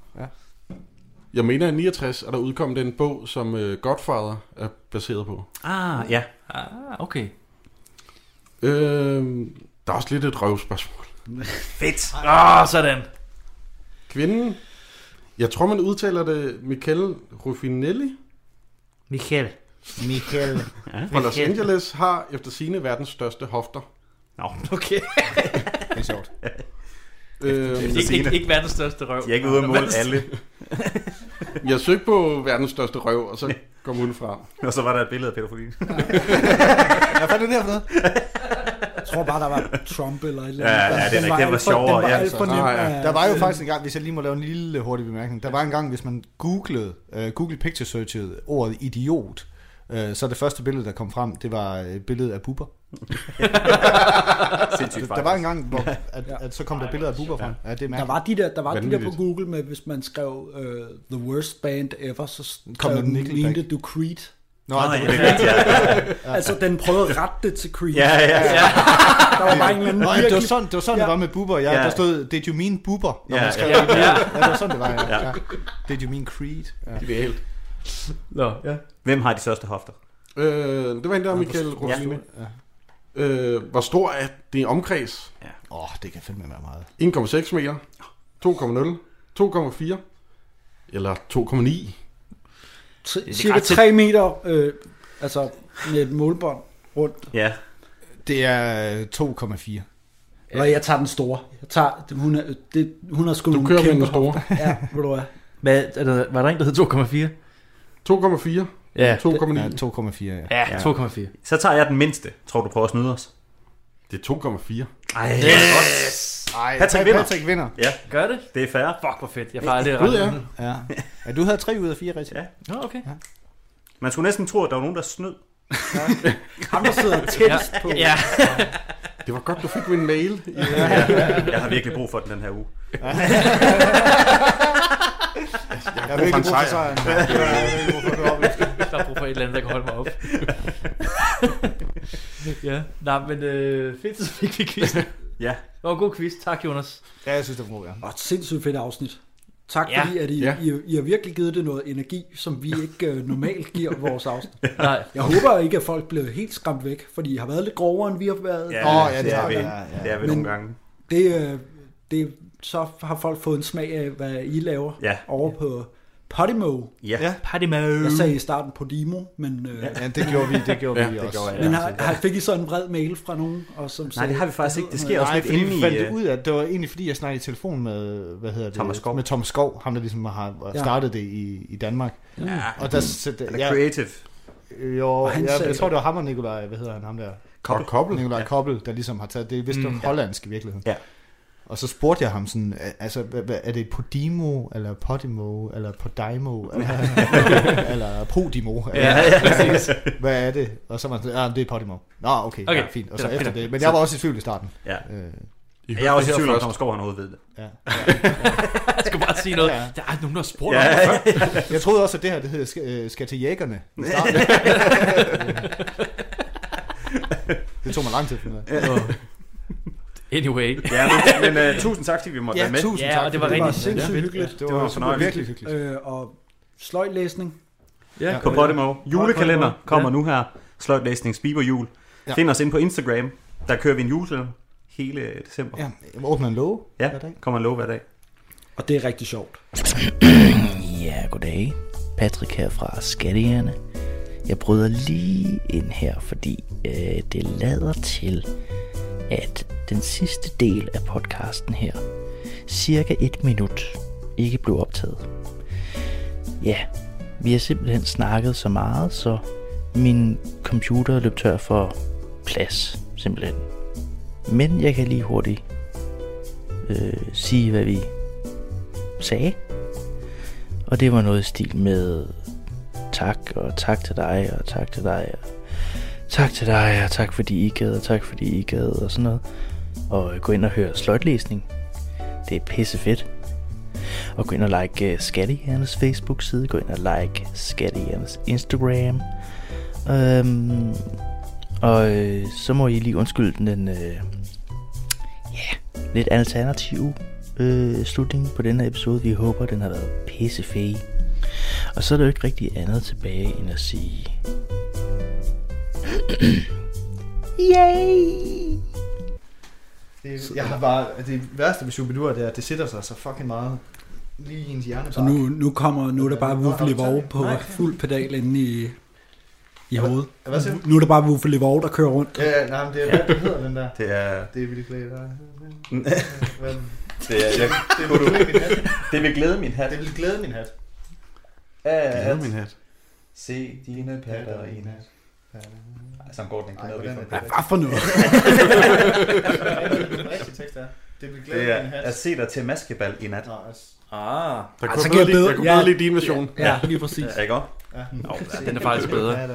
I: Jeg mener, i 69 er der udkom den bog, som øh, Godfather er baseret på.
D: Ah, ja.
J: Ah, okay.
I: Øh, der er også lidt et røvspørgsmål.
D: Fedt.
J: Ah, sådan.
I: Kvinden, jeg tror, man udtaler det Michele Ruffinelli.
J: Michael.
F: Michael.
I: fra Los
J: Michael.
I: Angeles har efter sine verdens største hofter.
D: Nå,
J: Okay.
F: Det er sjovt.
I: Øh,
J: Ikke, ikke, ikke verdens største røv.
D: de er ikke ude at måle alle.
I: jeg søgte på verdens største røv, og så kom hun frem.
D: Og så var der et billede af pædofilien.
F: Jeg fandt den her for noget.
C: Jeg tror bare, der var Trump eller et eller
D: Ja,
C: andet.
D: ja, det er
C: Den
D: rigtigt. Den var
C: alt for-
D: sjovere,
C: Den var
D: ja.
C: alt for nem.
I: Ah, ja.
C: at-
F: Der var jo faktisk en gang, hvis jeg lige må lave en øh, lille hurtig bemærkning. Der var en gang, hvis man googlede, uh, Google Picture Searchede ordet idiot, Øh, Så det første billede, der kom frem, det var et billede af (laughs) buber.
D: Sindssygt
F: der var en gang, hvor at, at så kom der billeder af buber frem. Ja, det er
C: Der var de der, der, var de der på
F: Vanvittigt.
C: Google med, hvis man skrev uh, The Worst Band Ever, så
F: Kom
C: kom
F: der
C: den
F: Nickelback.
C: lignede du Creed.
F: Nå, Nå, det var ja, det. det er rigtigt, ja.
C: altså, den prøvede at rette det til Creed.
F: Ja, ja, ja.
C: Der var bare en eller anden
F: Nå, ja, det var
C: virkelig-
F: sådan, det, var sådan ja. det var med buber. Ja,
C: Ja.
F: Der stod, did you mean buber? Når
C: Ja,
F: man skrev
C: ja.
F: det. ja,
C: Ja.
F: det var sådan, det var. Ja.
D: Ja.
F: ja. Did you mean Creed? Ja.
I: Ideelt.
F: Nå, ja.
D: Hvem har de største hofter?
I: Øh, det var en der,
F: Ja,
I: Michael
F: hvor-
I: Rossini. Ja. Øh, hvor stor er det omkreds?
D: Åh,
I: ja.
F: oh, det kan fandme være meget.
I: 1,6 meter, 2,0, 2,4 eller 2,9.
C: T- cirka 3 meter, øh, altså med et målbånd rundt.
D: Ja.
F: Det er øh, 2,4.
C: Eller jeg tager den store. Jeg tager, hun, er, det, hun har sgu
I: Du
C: nogle
I: kører med
C: kæmpe
I: den store.
C: hofter. Ja, ved du hvad.
J: Hvad, er der, var der en, der hed
I: 2,4? 2,4.
J: Ja.
I: 2,9.
F: Ja, 2,4, ja.
J: Ja, 2,4.
D: Så tager jeg den mindste. Tror du prøver at snyde os?
I: Det er 2,4.
D: Ej,
J: Yes!
D: yes.
F: Ej,
D: Patrick
F: Patrick
D: vinder.
F: vinder.
D: Ja.
J: Gør det?
D: Det er fair.
J: Fuck, hvor fedt. Jeg plejer aldrig at
D: Gud,
J: regne.
F: ja. ja. ja. du havde 3 ud af 4 rigtigt.
D: Ja.
J: Nå, okay. Ja.
D: Man skulle næsten tro, at der var nogen, der snød.
C: Ham, der sidder tættest på.
J: Ja.
I: Det var godt, du fik min mail. Ja.
D: Jeg har virkelig brug for den den her uge.
I: Ja.
F: Jeg har virkelig brug for sejren. Ja, det har jeg virkelig brug for, at du oplyser.
J: Jeg har brug for et eller andet, der kan holde mig op. (laughs) ja, nej, men øh, fedt, så fik vi
C: (laughs)
J: quizzen.
D: ja.
J: Det var en god quiz. Tak, Jonas.
F: Ja, jeg synes, det var god, ja.
C: Og et sindssygt fedt afsnit. Tak
J: Ja.
C: ja. fordi, at I,
J: Ja.
C: ja. I, I har virkelig givet det noget energi, som vi ikke øh, normalt giver vores afsnit.
J: Nej.
C: Jeg håber ikke, at folk blev helt skræmt væk, fordi I har været lidt grovere, end vi har været.
D: Ja, Åh, ja, det det er har vi. vi. Det er vi nogle gange.
C: Det, øh, det, så har folk fået en smag af, hvad I laver
D: Ja.
C: over på Podimo.
D: Ja. Ja,
J: Podimo.
C: Jeg sagde i starten Podimo, men... Øh,
F: Ja, det gjorde vi, det gjorde Ja, vi det også. gjorde jeg
C: men
F: også.
C: har, har, fik I så en vred mail fra nogen? Og som sagde, "Hvad hedder
F: Nej,
C: noget?"
F: fordi vi fandt ud af, at det var egentlig fordi, jeg snakkede i telefon med, hvad hedder det?
D: Thomas Skov.
F: Med Thomas Skov, ham der ligesom har
D: Ja.
F: startet det i, i Danmark.
D: Ja,
F: og der, så, det-
D: han er creative.
F: Jo,
D: Og han
F: jeg,
D: sagde-
F: jeg tror, det var ham og Nikolaj, hvad hedder han, ham der?
D: Koppel.
F: Koppel. Nikolaj ja. Koppel, der ligesom har taget, det er vist mm,
D: Mm.
F: hollandsk i virkeligheden.
D: Ja.
F: Og så spurgte jeg ham sådan, "Al- altså, hvad, hvad, er det Podimo, eller Podimo, eller Podimo, eller, (laughs) eller Podimo? Eller,
J: Ja, ja.
F: præcis. Hvad er det? Og så var han sådan, ah, det er Podimo. Nå, okay, okay.
J: Okay.
F: Ja, fint. Og
J: Det
F: så
J: er
F: efter
J: fint.
F: det. Men jeg var også i tvivl i starten.
D: Ja.
F: Øh.
D: Jeg er også i tvivl om, Thomas Skov han overhovedet ved det.
F: Ja.
J: Jeg skal bare sige noget. Der er nogen, der har spurgt om det før.
F: Jeg troede også, at det her det hedder, skal, øh, skal til jægerne. i
J: (laughs)
F: starten. det tog mig lang tid at finde ud af.
J: Åh. Anyway.
D: Ja, men, men uh, tusind tak, fordi vi måtte
F: Ja,
D: være med.
F: tusind
J: Ja, tak, og det var fordi
C: Det var
J: rigtig-
C: sindssygt
J: Ja.
C: hyggeligt.
D: Det var Det var super fornøjeligt. virkelig
F: hyggeligt.
C: Øh, og sløjtlæsning.
D: Ja, på Podimo. Julekalender kommer nu her. Sløjtlæsning, Spiberjul.
F: Ja.
D: Find os ind på Instagram. Der kører vi en julekalender hele øh, december.
F: Ja, jeg må åbne en låge.
D: Ja, kommer en lov hver dag.
C: Og det er rigtig sjovt.
L: Ja, goddag. Patrick her fra Skattejerne. Jeg bryder lige ind her, fordi øh, det lader til, at den sidste del af podcasten her, cirka et minut, ikke blev optaget. Ja, vi har simpelthen snakket så meget, så min computer løb tør for plads, simpelthen. Men jeg kan lige hurtigt øh, sige, hvad vi sagde. Og det var noget i stil med tak, og tak til dig, og tak til dig, og tak til dig, og tak fordi I gad, og tak fordi I gad, og sådan noget. Og øh, gå ind og høre sløjtlæsning. Det er pisse fedt. Og gå ind og like øh, Skattehjernes Facebook-side, gå ind og like Skattehjernes Instagram. Øhm, og øh, så må I lige undskylde den øh, lidt alternativ øh, slutning på denne episode. Vi håber, den har været pissefæg. Og så er der jo ikke rigtig andet tilbage end at sige... Yay!
F: Det, jeg har bare, det værste ved Shubidua, det er, at det sætter sig så fucking meget lige i ens hjerne.
C: Så nu, nu kommer nu er der bare Wuffle Vov på fuld pedal inde i, i hovedet.
F: hvad siger du?
C: Nu er der bare Wuffle Vov, der kører rundt.
F: Ja, ja, nej, men det er, hvad hedder den der?
D: Det er...
F: Det er vildt glæde, der. Hvad?
D: Det er- jeg-
F: det vil glæde min hat.
D: Det vil glæde min hat.
F: Det vil glæde min hat.
D: Glæde
I: min hat.
D: Se dine patter i nat. Ej, sådan går den ikke. Den er vi for.
F: Ej, hvad for noget?
D: Det er-
F: Den rigtige tekst er, "Det vil glæde
D: Det er,
F: min hat."
D: At se dig til maskebal i nat.
F: Nej, altså,
J: Ah.
I: Der
J: Ah,
I: kunne
J: så kan
I: jeg bedre
J: jeg
I: lide,
J: bedre-
I: jeg kunne bedre
J: ja.
I: lide din version.
J: Ja, ja, lige præcis.
D: Ja, ikke også?
J: Ja.
F: (laughs)
D: Nå,
J: Ja, den er faktisk bedre.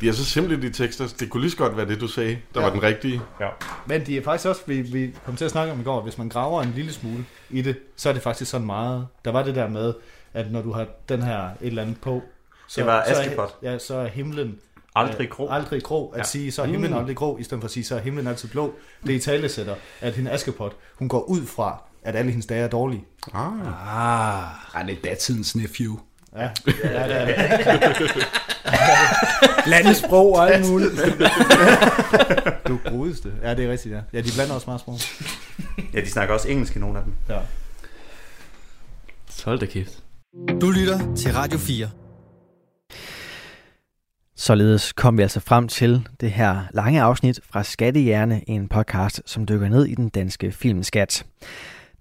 I: De er så simple, de tekster. Det kunne lige så godt være det, du sagde, der
F: Ja.
I: var den rigtige. Ja.
F: Men de er faktisk også, vi, vi kom til at snakke om i går, hvis man graver en lille smule i det, så er det faktisk sådan meget. Der var det der med, at når du har den her et eller andet på, så,
D: Det var
F: så, er,
D: Askepot.
F: ja, så er himlen
D: Aldrig grå.
F: Øh, aldrig grå. At
D: Ja.
F: ja. sige, så er himlen
D: Mm.
F: aldrig grå, i stedet for at sige, så er himlen altid blå. Det i tale sætter, at hende Askepot, hun går ud fra, at alle hendes dage er dårlige.
I: Ah.
C: Ah, han er datidens nephew.
F: Ja, ja det er
D: (laughs)
F: det.
C: Landets sprog og alt muligt.
F: du godeste. Ja, det er rigtigt, ja. Ja, de blander også meget sprog.
D: Ja, de snakker også engelsk i nogle af dem.
F: Ja.
J: Hold da kæft.
A: Du lytter til Radio 4.
B: Således kom vi altså frem til det her lange afsnit fra Skattehjerne, en podcast, som dykker ned i den danske filmskat.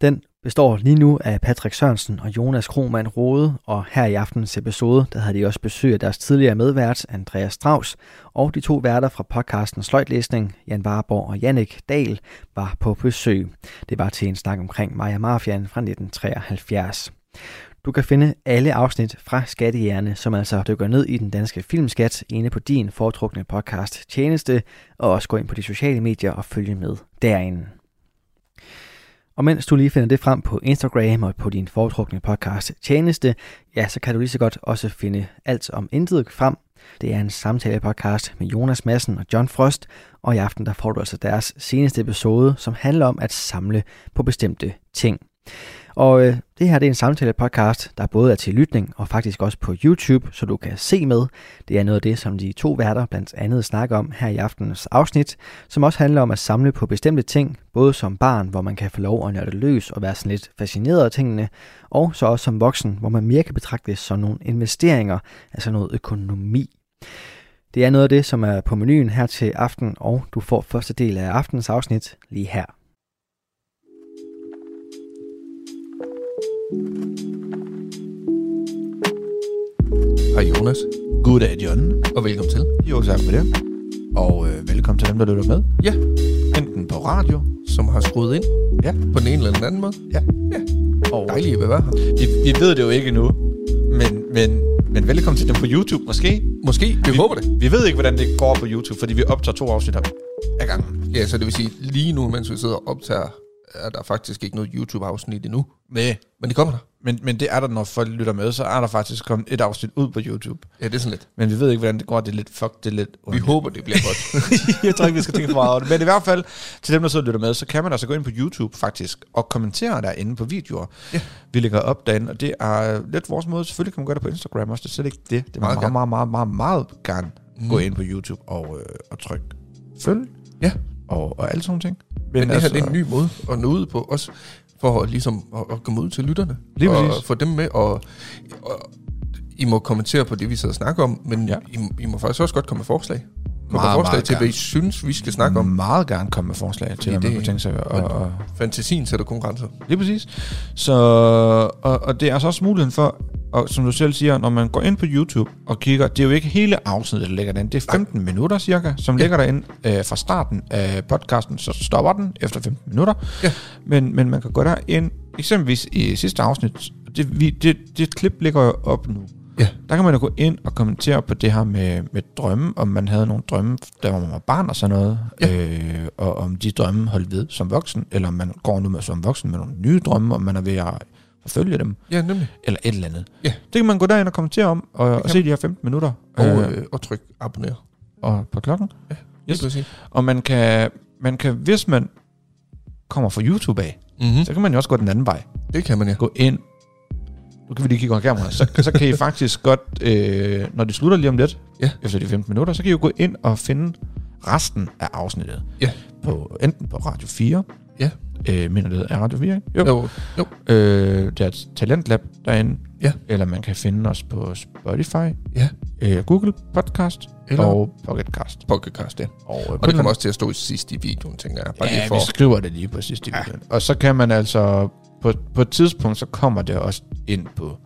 B: Den består lige nu af Patrick Sørensen og Jonas Krohmann Rode, og her i aftens episode, der havde de også besøg af deres tidligere medvært, Andreas Strauss, og de to værter fra podcasten Sløjtlæsning, Jan Varborg og Jannik Dahl, var på besøg. Det var til en snak omkring Maja Mafian fra 1973. Du kan finde alle afsnit fra Skattehjerne, som altså dykker ned i den danske filmskat, inde på din foretrukne podcast Tjeneste, og også gå ind på de sociale medier og følge med derinde. Og mens du lige finder det frem på Instagram og på din foretrukne podcast Tjeneste, ja, så kan du lige så godt også finde alt om intet frem. Det er en samtale-podcast med Jonas Madsen og John Frost, og i aften der får du altså deres seneste episode, som handler om at samle på bestemte ting. Og øh, det her det er en samtale-podcast, der både er til lytning og faktisk også på YouTube, så du kan se med. Det er noget af det, som de to værter blandt andet snakker om her i aftenens afsnit, som også handler om at samle på bestemte ting, både som barn, hvor man kan få lov at nørde løs og være sådan lidt fascineret af tingene, og så også som voksen, hvor man mere kan betragte det som nogle investeringer, altså noget økonomi. Det er noget af det, som er på menuen her til aften, og du får første del af aftenens afsnit lige her.
M: Hej Jonas. Goddag John. Og velkommen til. Jo, tak for det. Og øh, velkommen til dem, der lytter med. Ja, enten på radio, som har skruet ind. Ja. På den ene eller den anden måde. Ja. ja. Og Dejligt at være her. Vi, vi ved det jo ikke endnu, men, men, men velkommen til dem på YouTube måske. Måske, vi, vi håber det. Vi ved ikke, hvordan det går på YouTube, fordi vi optager to afsnit ad gangen.
N: Ja, så det vil sige, lige nu, mens vi sidder og optager, er der faktisk ikke noget YouTube-afsnit endnu.
M: Nej. Men det kommer der. Men, men det er der, når folk lytter med, så er der faktisk kommet et afsnit ud på YouTube.
N: Ja, det er sådan lidt.
M: Men vi ved ikke, hvordan det går. Det er lidt fuck, det er lidt
N: Vi håber, det bliver godt.
M: (laughs) jeg tror ikke, vi skal tænke for meget over det. Men i hvert fald, til dem, der sidder og lytter med, så kan man altså gå ind på YouTube faktisk, og kommentere derinde på videoer. Ja. Vi lægger op derinde, og det er lidt vores måde. Selvfølgelig kan man gøre det på Instagram også, det er slet ikke det. Det er meget,
N: Meget
M: meget, meget, meget, meget, meget gerne mm. gå
N: Mm.
M: ind på YouTube og, øh, og tryk følg.
N: Ja.
M: Og, og alle sådan nogle ting. Men,
N: Men, Men altså, det her det er en ny måde at nå ud på, også for at, ligesom, at, at komme ud til lytterne.
M: Lige
N: og
M: præcis.
N: få dem med, og, og I må kommentere på det, vi sidder og snakker om, men ja. I, I må faktisk også godt komme med forslag. Kom med
M: Meget,
N: forslag
M: meget
N: til, hvad I
M: gerne.
N: synes, vi skal snakke om.
M: Meget gerne komme med forslag til,
N: Fordi
M: hvad man
N: det-
M: kunne tænke sig. at-
N: men-
M: at- at-
N: Fantasien sætter kun grænser.
M: Lige præcis. Så, og, og det er altså også muligheden for, og som du selv siger, når man går ind på YouTube og kigger, det er jo ikke hele afsnittet, der ligger derinde. Det er 15 Nej. minutter cirka, som ja. ligger derinde øh, fra starten af podcasten, så stopper den efter 15 minutter. Ja. Men, men man kan gå derind, eksempelvis i sidste afsnit, det, vi, det, det klip ligger jo op nu. Ja. Der kan man jo gå ind og kommentere på det her med, med drømme, om man havde nogle drømme, da man var barn og sådan noget, ja. øh, og om de drømme holdt ved som voksen, eller om man går nu med, som voksen med nogle nye drømme, om man er ved at forfølge dem,
N: Ja, nemlig.
M: eller et eller andet.
N: Ja.
M: Det kan man gå derind og kommentere om, og, og se de her 15 minutter.
N: Og, øh, og tryk abonner.
M: og på klokken. Ja,
N: lige præcis.
M: Og man kan, man kan, hvis man kommer fra YouTube af,
N: Mhm.
M: så kan man jo også gå den anden vej.
N: Det kan man ja.
M: Gå ind. Nu kan vi lige kigge over kameraet. Så, så kan I faktisk godt, øh, når det slutter lige om lidt,
N: ja.
M: efter de 15 minutter, så kan I jo gå ind og finde resten af afsnittet.
N: Ja.
M: På, enten på Radio 4.
N: Ja.
M: Øh, mener det er Radio 4, ikke?
N: Jo, jo.
M: Øh, der er et Talentlab derinde.
N: Ja.
M: Eller man kan finde os på Spotify.
N: Ja.
M: Øh, Google Podcast.
N: Eller-
M: og Pocketcast.
N: Podcast, ja.
M: Og, øh,
N: og det kommer også til at stå i sidst i videoen, tænker jeg. Bare lige
M: Ja,
N: for...
M: vi skriver det lige på sidste ja. video. Og så kan man altså... På, på et tidspunkt, så kommer det også ind på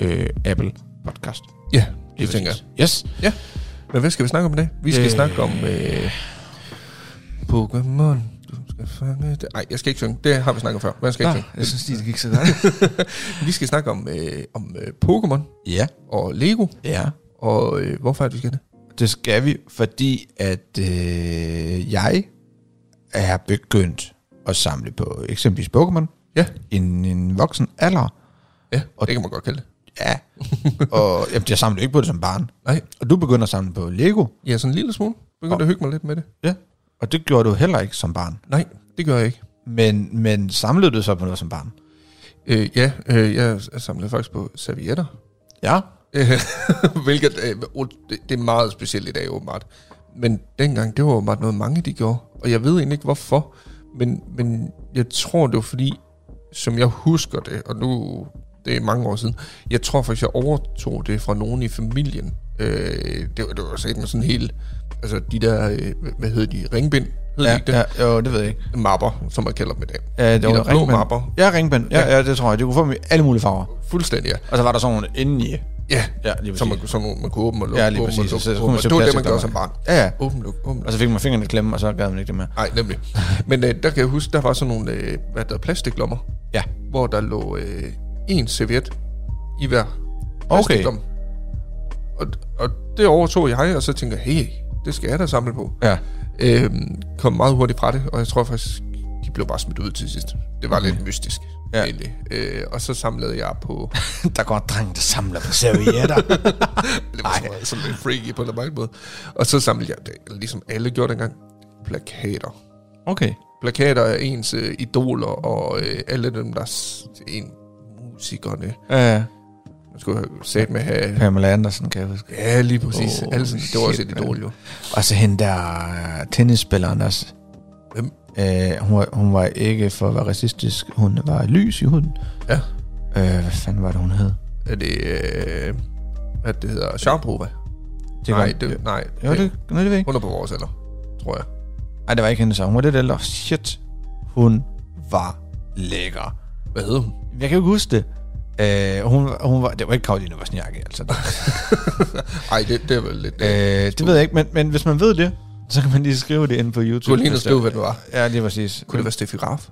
M: øh, Apple Podcast.
N: Ja,
M: Lige
N: det tænker
M: præcis.
N: jeg.
M: Yes.
N: Ja. Men hvad skal vi snakke om i dag? Vi skal
M: Øh.
N: øh... snakke om øh, Pokémon. skal fange det. Nej, jeg skal ikke synge. Det har vi snakket om før. Men jeg skal ikke
M: Nå,
N: synge.
M: jeg synes lige, det gik så
N: godt. (laughs) vi skal snakke om, øh, om øh, Pokémon.
M: Ja.
N: Og Lego.
M: Ja.
N: Og øh, hvorfor er det, vi skal det?
M: Det skal vi, fordi at øh, jeg er begyndt at samle på eksempelvis Pokémon.
N: Ja.
M: En, en voksen alder.
N: Ja, og det kan man godt kalde det. (laughs)
M: Ja. og jamen, jeg samlede jo ikke på det som barn.
N: Nej.
M: Og du begynder at samle på Lego.
N: Ja, sådan en lille smule. Begyndte at hygge mig lidt med det.
M: Ja. Og det gjorde du heller ikke som barn.
N: Nej, det gør jeg ikke.
M: Men, men samlede du så på noget som barn?
N: Øh, ja, øh, jeg samlede faktisk på servietter.
M: Ja.
N: Øh, (laughs) Hvilket, øh, oh, det, det er meget specielt i dag åbenbart. Men dengang, det var åbenbart noget mange de gjorde. Og jeg ved egentlig ikke hvorfor. Men, men jeg tror det var fordi, som jeg husker det, og nu det er mange år siden, jeg tror faktisk, jeg overtog det fra nogen i familien. Øh, det, var, det var set med sådan helt, altså de der, øh, hvad hedder de, ringbind? Hed
M: Ja,
N: de ikke det?
M: ja, jo, det ved jeg ikke.
N: Mapper, som man kalder dem i dag.
M: Ja, det
N: de
M: var
N: der blå
M: ringbind.
N: mapper.
M: Ja, ringbind. Ja, ja. ja, det tror jeg. Det kunne få dem i alle mulige farver.
N: Fuldstændig, ja.
M: Og så var der sådan nogle inde i.
N: Ja,
M: ja lige
N: som
M: præcis.
N: man, som man, man kunne åbne og lukke.
M: Ja, lige
N: åbne og
M: præcis.
N: lukke,
M: Så- så kunne
N: åbne.
M: man se
N: det var det, man
M: plastikdammer.
N: gjorde som barn.
M: Ja, ja.
N: Åbne, lukke, åbne,
M: Og så fik man fingrene i klemme, og så gad man ikke det mere.
N: Nej, nemlig. Men øh, der kan jeg huske, der var sådan nogle øh, hvad der, plastiklommer.
M: Ja.
N: Hvor der lå øh, en serviet i hver
M: Okay.
N: plastiklomme. Og, og det overtog jeg, og så tænkte jeg, hey, det skal jeg da samle på.
M: Ja.
N: Øhm, kom meget hurtigt fra det, og jeg tror faktisk, de blev bare smidt ud til sidst. Det var lidt mystisk, ja. egentlig. Øh, og så samlede jeg på...
M: (laughs) der går en dreng, der samler på servietter.
N: (laughs) det
M: (laughs)
N: var sådan, noget- sådan lidt freaky på en eller anden måde. Og så samlede jeg, det, ligesom alle gjorde dengang, plakater.
M: Okay.
N: plakater af ens øh, idoler og øh, alle dem, der s- en musikerne.
M: Ja, ja.
N: Man skulle have sat med at have...
M: Pamela Andersen, kan jeg huske.
N: Ja, lige præcis. Oh, alle sådan, det var også et
M: shit,
N: idol,
M: mand.
N: jo.
M: Og så hende der øh, tennisspilleren også.
N: Hvem?
M: Øh, hun, var, hun var ikke for at være racistisk. Hun var lys i huden.
N: Ja.
M: Øh, hvad fanden var det, hun hed?
N: Er det... Øh, hvad det hedder? Sharpova?
M: Det var-
N: Nej, det, nej.
M: Jo, det- nej, det ved jeg ikke.
N: Hun er på vores alder, tror jeg.
M: Nej, det var ikke hende, så hun var lidt ældre. Shit, hun var lækker.
N: Hvad hed hun?
M: Jeg kan jo ikke huske det. Øh, hun, var- hun var, det var ikke Karoline Vosniakke, altså.
N: Ej, det, det var lidt...
M: Øh, det ved jeg ikke, men, men hvis man ved det, så kan man lige skrive det inde på YouTube.
N: Du kunne lige ind og
M: hvis der-
N: skrive, hvad det var.
M: Ja, lige præcis.
N: Kunne det være Steffi Graf?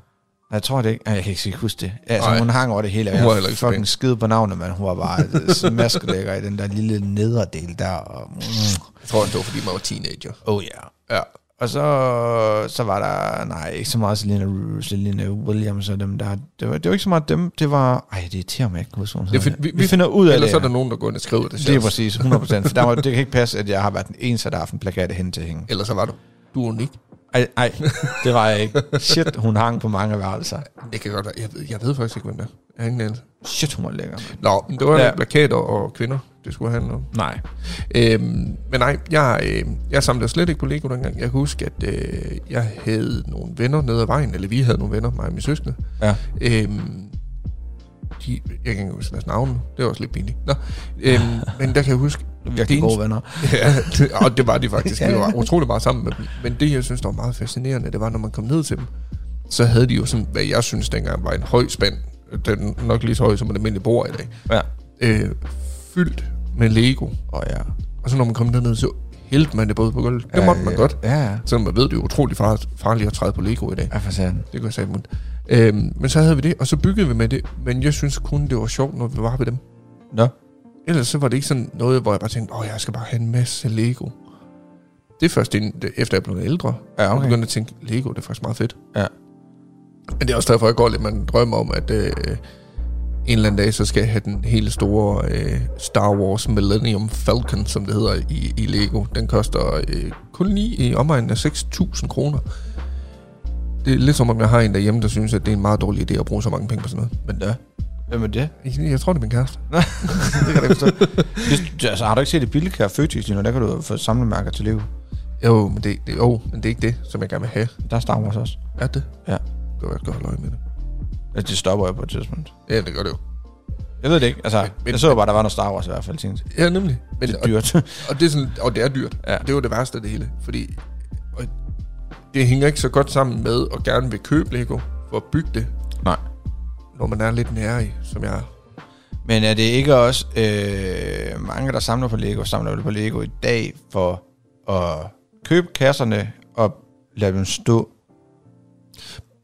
M: Nej, Jeg tror det ikke. Ej, Jeg kan ikke huske det. Altså,
N: Nej.
M: hun hang over det hele. og
N: Hun var
M: Jeg
N: heller
M: var
N: ikke så pæn.
M: fucking skide på navnet, men hun var bare øh, smaskelækker i den der lille nederdel der. Og, mm.
N: Jeg tror, det var, fordi man var teenager.
M: Oh yeah.
N: Ja.
M: Og så, så var der, nej, ikke så meget Selena, Selena Williams og dem der. Det var, det var ikke så meget dem, det var... Ej, det irriterer mig, jeg ikke kan huske, hvad hun
N: Det,
M: hedder.
N: fin- vi, vi,
M: finder ud af
N: ellers
M: det.
N: Ellers er der nogen, der går ind og skriver det.
M: det er præcis, 100%. For der var, det kan ikke passe, at jeg har været den eneste, der har haft en plakat af hende til at hænge.
N: Ellers så var du. Du er unik.
M: Ej, ej, det var jeg ikke. Shit, hun hang på mange værelser.
N: Det kan godt være. Jeg ved, jeg ved faktisk ikke, hvem det er. Jeg har ingen anelse.
M: Shit, hun var lækker. mand.
N: Nå, men det var
M: Ja.
N: ja. plakater og kvinder, det skulle handle om.
M: Nej.
N: Øhm, men nej, jeg, øh, jeg samlede slet ikke på Lego dengang. Jeg kan huske, at øh, jeg havde nogle venner nede ad vejen, eller vi havde nogle venner, mig og min søskende.
M: Ja.
N: Øhm, de, jeg kan ikke huske deres navne, det var også lidt pinligt. Nå, øhm,
M: (laughs)
N: men der kan jeg huske...
M: Virkelig
N: det eneste-
M: gode venner.
N: (laughs) ja, det, og det var de faktisk.
M: (laughs) Ja.
N: Vi var utrolig meget sammen med dem. Men det, jeg synes, der var meget fascinerende, det var, når man kom ned til dem, så havde de jo sådan, hvad jeg synes dengang var en høj spand. Den er nok lige så høj som en almindelig bord i dag.
M: Ja.
N: Øh, fyldt med Lego.
M: Og ja.
N: Og så når man kom derned, så hældte man det både på gulvet. Det
M: Ja,
N: måtte man
M: ja,
N: godt.
M: ja, ja.
N: Selvom man ved, det er utrolig far- farligt at træde på Lego i dag.
M: Ja, for satan.
N: Det kunne jeg sige mundt. Øhm, men så havde vi det, og så byggede vi med det. Men jeg synes kun, det var sjovt, når vi var ved dem.
M: Nå.
N: Ellers så var det ikke sådan noget, hvor jeg bare tænkte, åh, jeg skal bare have en masse Lego. Det er først inden, efter jeg blev ældre.
M: Ja,
N: Jeg
M: okay.
N: begyndte at tænke, Lego, det er faktisk meget fedt.
M: Ja.
N: Men det er også derfor, jeg går lidt, man drømmer om, at øh, en eller anden dag, så skal jeg have den hele store øh, Star Wars Millennium Falcon, som det hedder i, i Lego. Den koster øh, kun lige i omegnen af 6.000 kroner. Det er lidt som om, jeg har en derhjemme, der synes, at det er en meget dårlig idé at bruge så mange penge på sådan noget. Men
M: ja. Hvem er det?
N: Jeg, jeg tror, det er min kæreste.
M: det kan jeg ikke forstå. (laughs) Det, altså, har du ikke set det billigkær Føtex lige nu? Der kan du få samlemærker til Lego.
N: Jo, men det, det, jo, men det er ikke det, som jeg gerne vil have.
M: Der er Star Wars også.
N: Er det?
M: Ja.
N: Det var jeg godt holde øje med det.
M: Altså, det stopper jeg på et tidspunkt.
N: Ja, det gør det jo.
M: Jeg ved det ikke. Altså, men, jeg så bare, der var noget Star Wars i hvert fald. Tænkte.
N: Ja, nemlig. Men,
M: Det er dyrt. (laughs)
N: Og, og, det er sådan, og det er dyrt. Ja. Det var det værste af det hele. Fordi og det hænger ikke så godt sammen med at gerne vil købe Lego for at bygge det.
M: Nej.
N: Når man er lidt nære i, som jeg er.
M: Men er det ikke også øh, mange, der samler på Lego, samler vel på Lego i dag for at købe kasserne og lade dem stå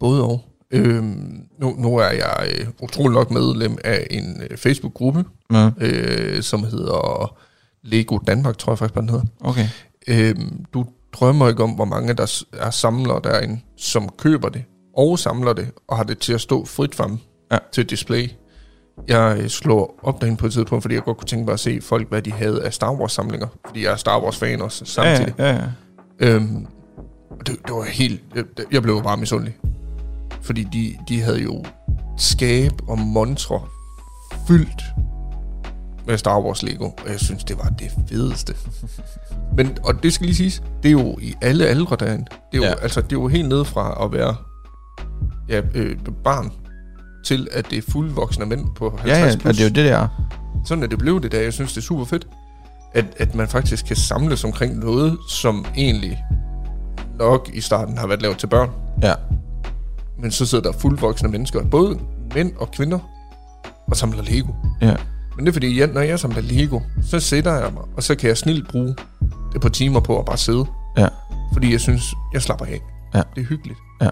N: Både og. Øhm, nu, nu er jeg øh, utrolig nok medlem af en øh, Facebook-gruppe,
M: Ja.
N: øh, som hedder Lego Danmark, tror jeg faktisk, bare den hedder.
M: Okay.
N: Øhm, du drømmer ikke om, hvor mange der s- er samlere derinde, som køber det og samler det, og har det til at stå frit frem
M: ja.
N: til display. Jeg øh, slår op derinde på et tidspunkt, fordi jeg godt kunne tænke mig at se folk, hvad de havde af Star Wars-samlinger, fordi jeg er Star Wars-fan også samtidig.
M: Ja, ja, ja.
N: Øhm, og det, det var helt... Jeg, jeg blev bare misundelig. Fordi de, de havde jo skab og montre fyldt med Star Wars Lego, og jeg synes, det var det
M: (laughs)
N: fedeste. Men, og det skal lige siges, det er jo i alle aldre derinde. Det er jo, ja. altså, det er jo helt nede fra at være ja, øh, barn, til at det er fuldvoksne mænd på 50
M: Ja, ja,
N: plus.
M: og det er jo det, det er.
N: Sådan er det blevet det der. Jeg synes, det er super fedt, at, at man faktisk kan samles omkring noget, som egentlig nok i starten har været lavet til børn.
M: Ja.
N: Men så sidder der fuldvoksne mennesker, både mænd og kvinder, og samler Lego.
M: Ja.
N: Men det er fordi, jeg, når jeg samler Lego, så sætter jeg mig, og så kan jeg snilt bruge et par timer på at bare sidde.
M: Ja.
N: Fordi jeg synes, jeg slapper af.
M: Ja.
N: Det er hyggeligt.
M: Ja.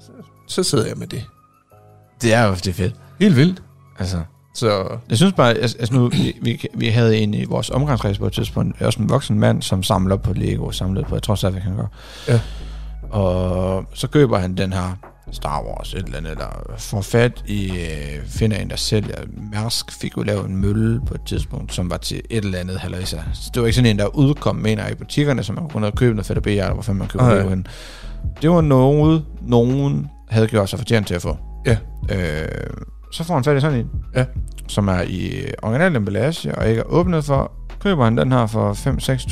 N: Så, så sidder jeg med det.
M: Det er jo det er fedt.
N: Helt vildt.
M: Altså.
N: Så...
M: Jeg synes bare, altså altså nu, vi, vi, vi havde en i vores omgangskreds på et tidspunkt, også en voksen mand, som samler på Lego, samlede på, jeg tror stadigvæk, han gør.
N: Ja.
M: Og så køber han den her Star Wars et eller andet, eller får fat i, øh, finder en, der sælger. Mærsk fik jo lavet en mølle på et tidspunkt, som var til et eller andet halvøjsa. Så det var ikke sådan en, der udkom, mener jeg, i butikkerne, som man kunne have købt noget fedt og bære, eller hvor fanden man køber
N: Nej.
M: Lego henne. Det var noget, nogen havde gjort sig fortjent til at få.
N: Ja.
M: Øh, så får han fat i sådan en,
N: ja.
M: som er i original emballage og ikke er åbnet for. Køber han den her for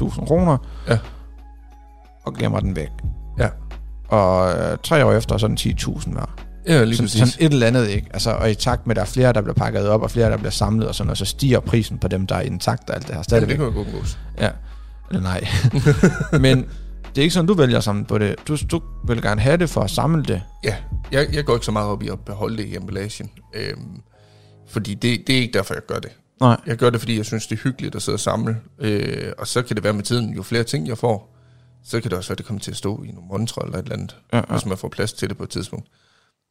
M: 5-6.000 kroner
N: ja.
M: og gemmer den væk.
N: Ja.
M: Og øh, tre år efter er sådan 10.000 hver.
N: Ja, lige
M: sådan,
N: præcis.
M: sådan et eller andet, ikke? Altså, og i takt med, at der er flere, der bliver pakket op, og flere, der bliver samlet, og sådan noget, så stiger prisen på dem, der er intakt og alt det her stadigvæk.
N: kan jo ikke undgås.
M: Ja. Eller nej. (laughs) Men det er ikke sådan, du vælger at samle på det. Du, du vil gerne have det for at samle det.
N: Ja, jeg, jeg går ikke så meget op i at beholde det i emballagen. Øhm, fordi det, det er ikke derfor, jeg gør det.
M: Nej.
N: Jeg gør det, fordi jeg synes, det er hyggeligt at sidde og samle. Øh, og så kan det være med tiden, jo flere ting jeg får, så kan det også være, at det kommer til at stå i nogle montre eller et eller andet,
M: Ja,
N: ja,
M: ja.
N: ja. hvis man får plads til det på et tidspunkt.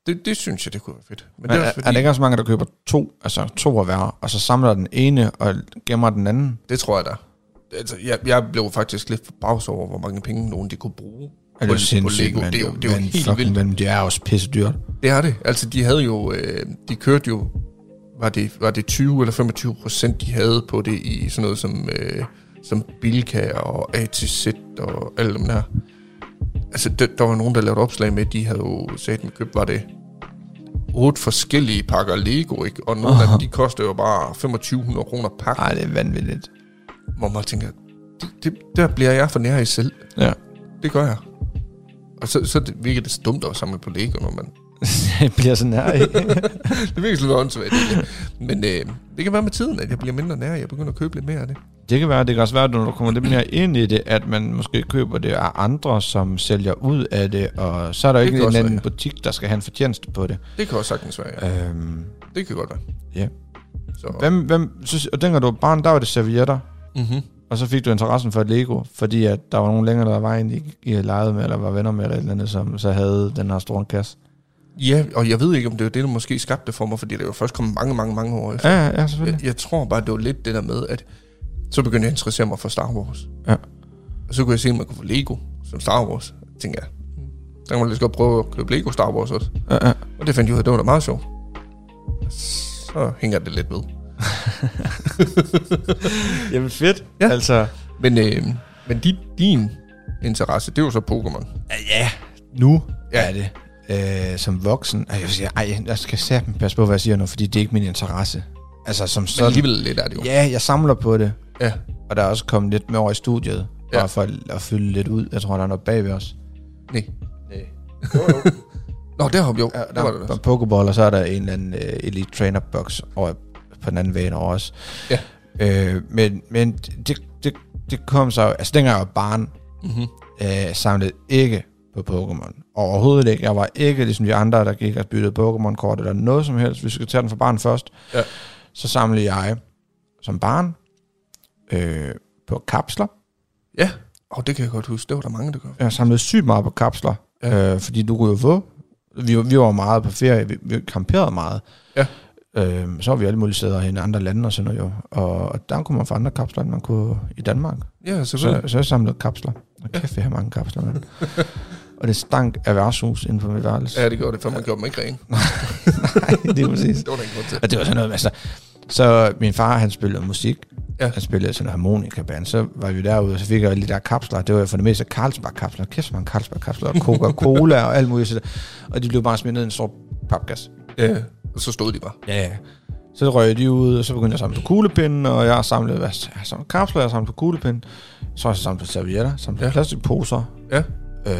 N: Det, det synes jeg, det kunne være fedt.
M: Men det er, er,
N: også
M: er der ikke også mange, der køber to, altså to af hver, og så samler den ene og gemmer den anden?
N: Det tror jeg da. Altså, jeg, jeg blev faktisk lidt forbavs over, hvor mange penge nogen de kunne bruge
M: Er det jo sindssygt,
N: Lego.
M: mand.
N: Det er jo, det er jo
M: Men
N: helt
M: fucking,
N: vildt.
M: Men det er også pisse dyrt.
N: Det er det. Altså, de havde jo... Øh, de kørte jo... Var det, var det 20 eller 25 procent, de havde på det i sådan noget som, øh, som Bilka og ATZ og alle dem der. Altså, der, der var nogen, der lavede opslag med, de havde jo sagt, med køb var det otte forskellige pakker Lego, ikke? Og nogle af dem, de koster jo bare 2500 kroner pakken.
M: Nej, det er vanvittigt.
N: Hvor man tænker, det, det, der bliver jeg for nær i selv.
M: Ja.
N: Det gør jeg. Og så, så virker det så dumt at samle på Lego, når man
M: (laughs) det bliver sådan her,
N: (laughs)
M: ikke?
N: det virker sådan lidt åndssvagt. egentlig. Men øh, det kan være med tiden, at jeg bliver mindre nær. Jeg begynder at købe lidt mere af det.
M: Det kan være, det kan også være, at når du kommer lidt mere ind i det, at man måske køber det af andre, som sælger ud af det, og så er der jo
N: Det
M: ikke
N: kan
M: en
N: også
M: anden
N: være.
M: butik, der skal have en fortjeneste på det.
N: Det kan også sagtens være,
M: ja. Øhm,
N: Det kan godt være.
M: ja.
N: Så.
M: Hvem, hvem, så, og dengang du var barn, der var det servietter.
N: Mhm.
M: Og så fik du interessen for et Lego, fordi at der var nogen længere, der var en, I, I legede med, eller var venner med, eller et eller andet, som så havde den her store kasse.
N: Ja, og jeg ved ikke, om det var det, der måske skabte det for mig, fordi det var først kommet mange, mange, mange år efter.
M: Ja, ja, ja, selvfølgelig.
N: Jeg, jeg tror bare, det var lidt det der med, at så begyndte jeg at interessere mig for Star Wars.
M: Ja.
N: Og så kunne jeg se, at man kunne få Lego som Star Wars. Jeg tænkte, ja, der kan man lige så godt prøve at købe Lego Star Wars også.
M: Ja, ja.
N: Og det fandt jeg ud af, det var da meget sjovt. Så hænger det lidt ved.
M: (laughs) Jamen fedt.
N: Ja.
M: Altså.
N: Men, øh, men di, din interesse, det er jo så Pokémon.
M: Ja, nu ja. er det. Øh, som voksen. Ej, jeg, siger, ej, jeg skal sætte passe på, hvad jeg siger nu, fordi det er ikke min interesse. Altså som sådan.
N: alligevel lidt er det jo.
M: Ja, jeg samler på det.
N: Ja.
M: Og der er også kommet lidt med over i studiet. Bare
N: Ja.
M: for at, at fylde lidt ud. Jeg tror, der er noget bagved os.
N: Nej. Nej. Nå, deroppe jo. Ja, der,
M: Der
N: var det
M: er
N: også.
M: en pokeball, og så er der en eller anden øh, elite trainer box over på den anden vane over os.
N: Ja.
M: Øh, men men det, det, det kom så... Altså, dengang jeg var barn,
N: Mhm.
M: øh, samlede ikke på Pokémon. Overhovedet ikke. Jeg var ikke ligesom de andre, der gik og byttede Pokémon-kort eller noget som helst. Hvis vi skal tage den for barn først,
N: Ja.
M: så samlede jeg som barn øh, på kapsler.
N: Ja, og det kan jeg godt huske. Det var der mange, der gør.
M: Jeg samlede sygt meget på kapsler. Ja. Øh, fordi du kunne jo få... Vi, var- vi var meget på ferie, vi, vi kamperede meget.
N: Ja.
M: Øh, så var vi alle mulige steder hen i andre lande og sådan noget jo. Og, og der kunne man få andre kapsler, end man kunne i Danmark.
N: Ja,
M: så,
N: selvfølgelig.
M: så jeg samlede kapsler. Og kæft, jeg har mange kapsler, mand. og det stank af værtshus inden for mit værelse.
N: Ja, det gjorde det, for man gjorde mig ikke
M: (laughs)
N: ren.
M: Nej, det er præcis.
N: Det var der ikke grund til.
M: Og det var sådan noget, altså. Så min far, han spillede musik.
N: Ja.
M: Han spillede sådan en harmonikaband. Så var vi derude, og så fik jeg alle de der kapsler. Det var jo for det meste Carlsberg-kapsler. Kæft, man Carlsberg-kapsler. Og Coca-Cola og alt muligt. sådan. Og de blev bare smidt ned i en stor papkasse.
N: Ja, og så stod de bare.
M: Ja, ja. Så røg de ud, og så begyndte jeg at samle på kuglepinden, og jeg samlede, hvad, jeg samlede kapsler, jeg samlede på kuglepinden, så har jeg samlet på servietter, samlet på
N: Ja.
M: plastikposer.
N: Ja.
M: Øh,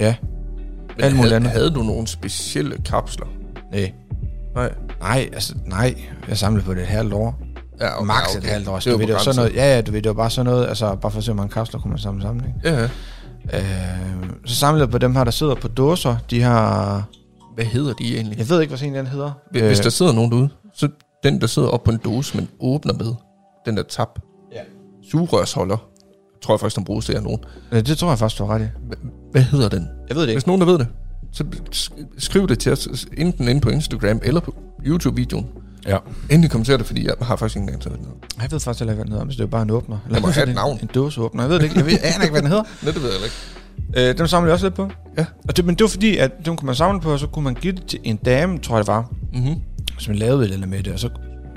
M: ja.
N: Men
M: Alt muligt
N: havde,
M: andet.
N: havde du nogle specielle kapsler?
M: Nej.
N: Nej.
M: Nej, altså nej. Jeg samlede på det et halvt år.
N: Ja, okay,
M: Max
N: ja,
M: et
N: okay.
M: halvt år.
N: Det
M: Det
N: var
M: var, det var
N: begrænset.
M: sådan noget, ja, ja, du ved, det var bare sådan noget, altså bare for at se, hvor mange kapsler kunne man samle sammen, ikke?
N: Ja, ja.
M: Øh, så samlede jeg på dem her, der sidder på dåser. De har...
N: Hvad hedder de egentlig?
M: Jeg ved ikke, hvad sådan en den hedder.
N: Hvis, øh. hvis der sidder nogen derude, så den, der sidder op på en dose, men åbner med, den der tap,
M: Ja.
N: sugerørsholder, tror jeg faktisk, den bruges til af nogen.
M: Ja, det tror jeg faktisk, du har ret i.
N: Hvad hedder den?
M: Jeg ved det ikke.
N: Hvis nogen, der ved det, så sk- skriv det til os, enten inde på Instagram eller på YouTube-videoen.
M: Ja.
N: Endelig kommenter det, fordi jeg har faktisk ingen anelse om, hvad den hedder.
M: Jeg ved faktisk heller ikke, hvad den hedder, men det er jo bare en åbner.
N: Den må
M: hvad
N: have et
M: er det?
N: navn.
M: En dåseåbner. Jeg ved det ikke. Jeg, ved, jeg aner ikke, hvad den hedder.
N: (laughs) Nej, det ved jeg heller ikke.
M: Øh, dem samlede jeg også lidt på.
N: Ja.
M: Og det, men det var fordi, at dem kunne man samle på, og så kunne man give det til en dame, tror jeg det var,
N: Mhm.
M: som lavede et eller andet med det, og så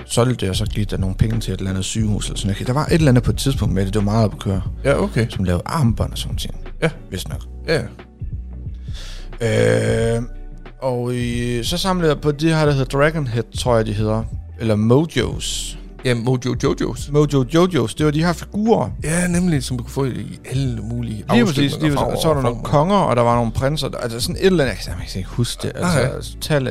M: solgte det, og så gik der nogle penge til et eller andet sygehus. Eller sådan. noget. Der var et eller andet på et tidspunkt med det, det var meget op at køre.
N: Ja, okay.
M: Som lavede armbånd og sådan ting.
N: Ja.
M: Vist nok.
N: Ja.
M: Øh, og øh, så samlede jeg på de her, der hedder Dragonhead, tror jeg de hedder. Eller Mojos.
N: Ja, Mojo Jojos.
M: Mojo Jojos, det var de her figurer.
N: Ja, nemlig, som du kan få i alle mulige
M: Lige
N: afstøbninger,
M: præcis, lige
N: farver
M: præcis. Så var der
N: og
M: nogle
N: former.
M: konger, og der var nogle prinser. der- Altså sådan et eller andet, jeg kan simpelthen ikke huske det.
N: Nej.
M: Altså tal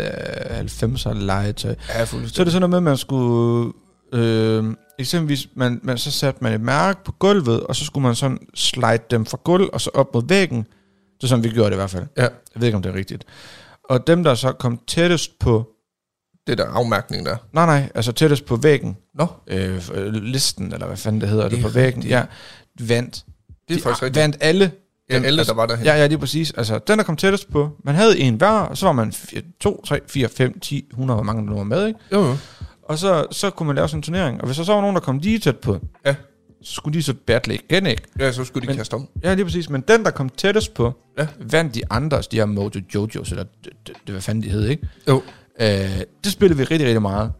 M: 90'er legetøj.
N: Ja, fuldstændig.
M: Så er det sådan noget med, at man skulle... Øh, eksempelvis, man, man, så satte man et mærke på gulvet, og så skulle man sådan slide dem fra gulv og så op mod væggen. Det er sådan, vi gjorde det i hvert fald.
N: Ja.
M: Jeg ved ikke, om det er rigtigt. Og dem, der så kom tættest på...
N: Det der afmærkning der.
M: Nej, nej, altså tættest på væggen.
N: Nå.
M: Øh, f- øh, listen, eller hvad fanden det hedder, det,
N: Det
M: det
N: er
M: på væggen.
N: rigtigt.
M: Ja, vandt.
N: Det er
M: De
N: faktisk
M: a-
N: rigtigt.
M: Vandt alle. Altså,
N: Ja, alle, der var derhen.
M: Ja, ja, lige præcis. Altså, den, der kom tættest på, man havde en hver, og så var man 2, 3, 4, 5, 10, 100, hvor mange der nu var med, ikke?
N: Jo, jo.
M: Og så, så kunne man lave sådan en turnering. Og hvis der så var nogen, der kom lige tæt på,
N: ja.
M: så skulle de så battle igen, ikke?
N: Ja, så skulle de
M: Men-
N: kaste om.
M: Ja, lige præcis. Men den, der kom tættest på,
N: ja.
M: vandt de andres, de her Mojo Jojos, eller det, det, det, hvad fanden de hed, ikke?
N: Jo.
M: Øh, det spillede vi rigtig, rigtig meget.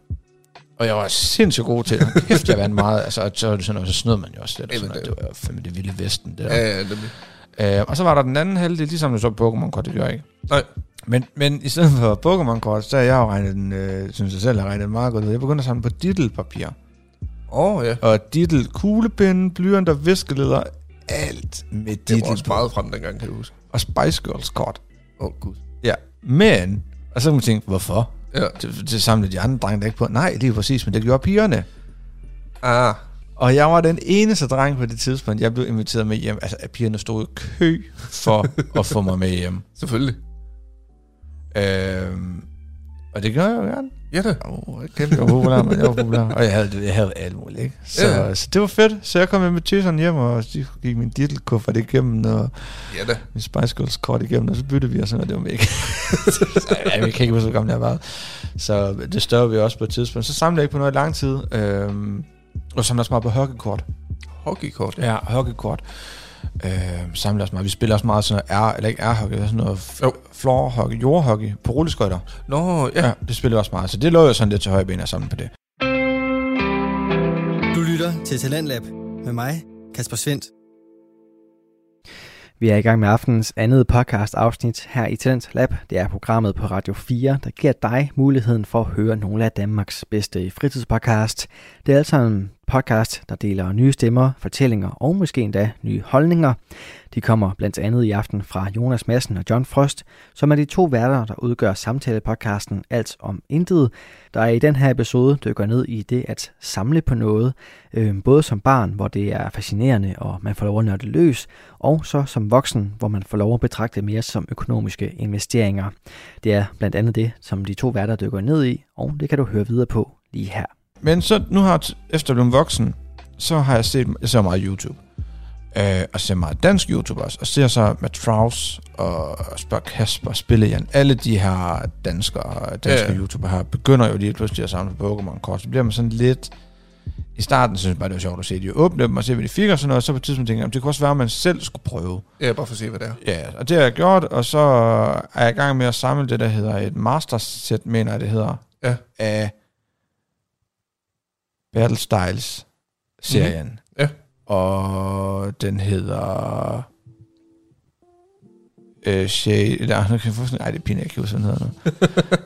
M: Og jeg var sindssygt god til det. Kæft, jeg vandt meget. Altså, og så, så, så snød man jo også lidt. Og sådan, noget. det var jo fandme det vilde vesten, det der.
N: Ja, ja, det
M: Øh, og så var der den anden halvdel, de samlede så Pokémon-kort, det gjorde jeg ikke.
N: Nej.
M: Men, men i stedet for Pokémon-kort, så har jeg jo regnet den, øh, synes jeg selv har regnet den meget godt ud. Jeg begyndte at samle på diddelpapir.
N: Åh, oh, ja.
M: Og didel, kuglepinde, blyanter, viskeleder, alt med didel.
N: Det var også meget frem dengang, kan du huske.
M: Og Spice Girls-kort.
N: Åh, oh, gud.
M: Ja, men... Og så kan man tænke, hvorfor?
N: Ja.
M: Det, det samlede de andre drenge da ikke på. Nej, lige præcis, men det gjorde pigerne.
N: Ah.
M: Og jeg var den eneste dreng på det tidspunkt, jeg blev inviteret med hjem. Altså, at pigerne stod i kø for
N: (laughs)
M: at få mig med hjem.
N: Selvfølgelig.
M: Øhm, og det gør jeg jo gerne.
N: Ja, det.
M: Oh, kæmpe, jeg var populær, men jeg var populær. Og jeg havde, jeg havde alt muligt, ikke? Så,
N: Ja.
M: ja. så det var fedt. Så jeg kom med med tøserne hjem, og de gik min dittelkuffert igennem, og
N: Ja da.
M: min Spice Girls kort igennem, og så byttede vi, og sådan noget, det var mega. så, (laughs) jeg, jeg kan ikke huske, hvor gammel jeg var. Så det større vi også på et tidspunkt. Så samlede jeg ikke på noget i lang tid, øhm, og samlede også meget på hockeykort.
N: Hockeykort?
M: Ja, hockeykort. Øhm, samler også meget. Vi spiller også meget sådan noget R, eller ikke R-hockey, det er sådan noget f- floor hockey, jordhockey på rulleskøjter.
N: Nå, ja.
M: ja. det spiller vi også meget. Så det lå jo sådan lidt til højre ben og sammen på det.
A: Du lytter til Talentlab med mig, Kasper Svendt.
B: Vi er i gang med aftenens andet podcast afsnit her i Talent Lab. Det er programmet på Radio 4, der giver dig muligheden for at høre nogle af Danmarks bedste fritidspodcast. Det er altså en podcast, der deler nye stemmer, fortællinger og måske endda nye holdninger. De kommer blandt andet i aften fra Jonas Madsen og John Frost, som er de to værter, der udgør samtalepodcasten Alt om Intet, der i den her episode dykker ned i det at samle på noget, øh, både som barn, hvor det er fascinerende, og man får lov at nørde løs, og så som voksen, hvor man får lov at betragte det mere som økonomiske investeringer. Det er blandt andet det, som de to værter dykker ned i, og det kan du høre videre på lige her.
M: Men så nu har jeg t- efter jeg blev voksen, så har jeg set, jeg ser meget YouTube. øh, og ser meget dansk YouTubers, og ser så Matt Traus og Spørg Kasper, Spillejan, alle de her danskere, danske
N: Ja,
M: ja.
N: ja.
M: YouTuber her, begynder jo lige pludselig at samle på Pokémon-kort, så bliver man sådan lidt... I starten synes jeg bare, det var sjovt at se, de åbne dem og se, hvad de fik og sådan noget, og så på et tidspunkt tænker jeg, "Jamen, det kunne også være, at man selv skulle prøve.
N: Ja, bare for at se, hvad det er.
M: Ja, og det har jeg gjort, og så er jeg i gang med at samle det, der hedder et master-set, mener jeg, det hedder,
N: Ja.
M: af Battle Styles-serien.
N: Mhm. Ja.
M: Og den hedder... Øh, Shade... Nej, nu kan jeg få sådan... Ej, det er pinligt, jeg kan ikke huske, hvad den hedder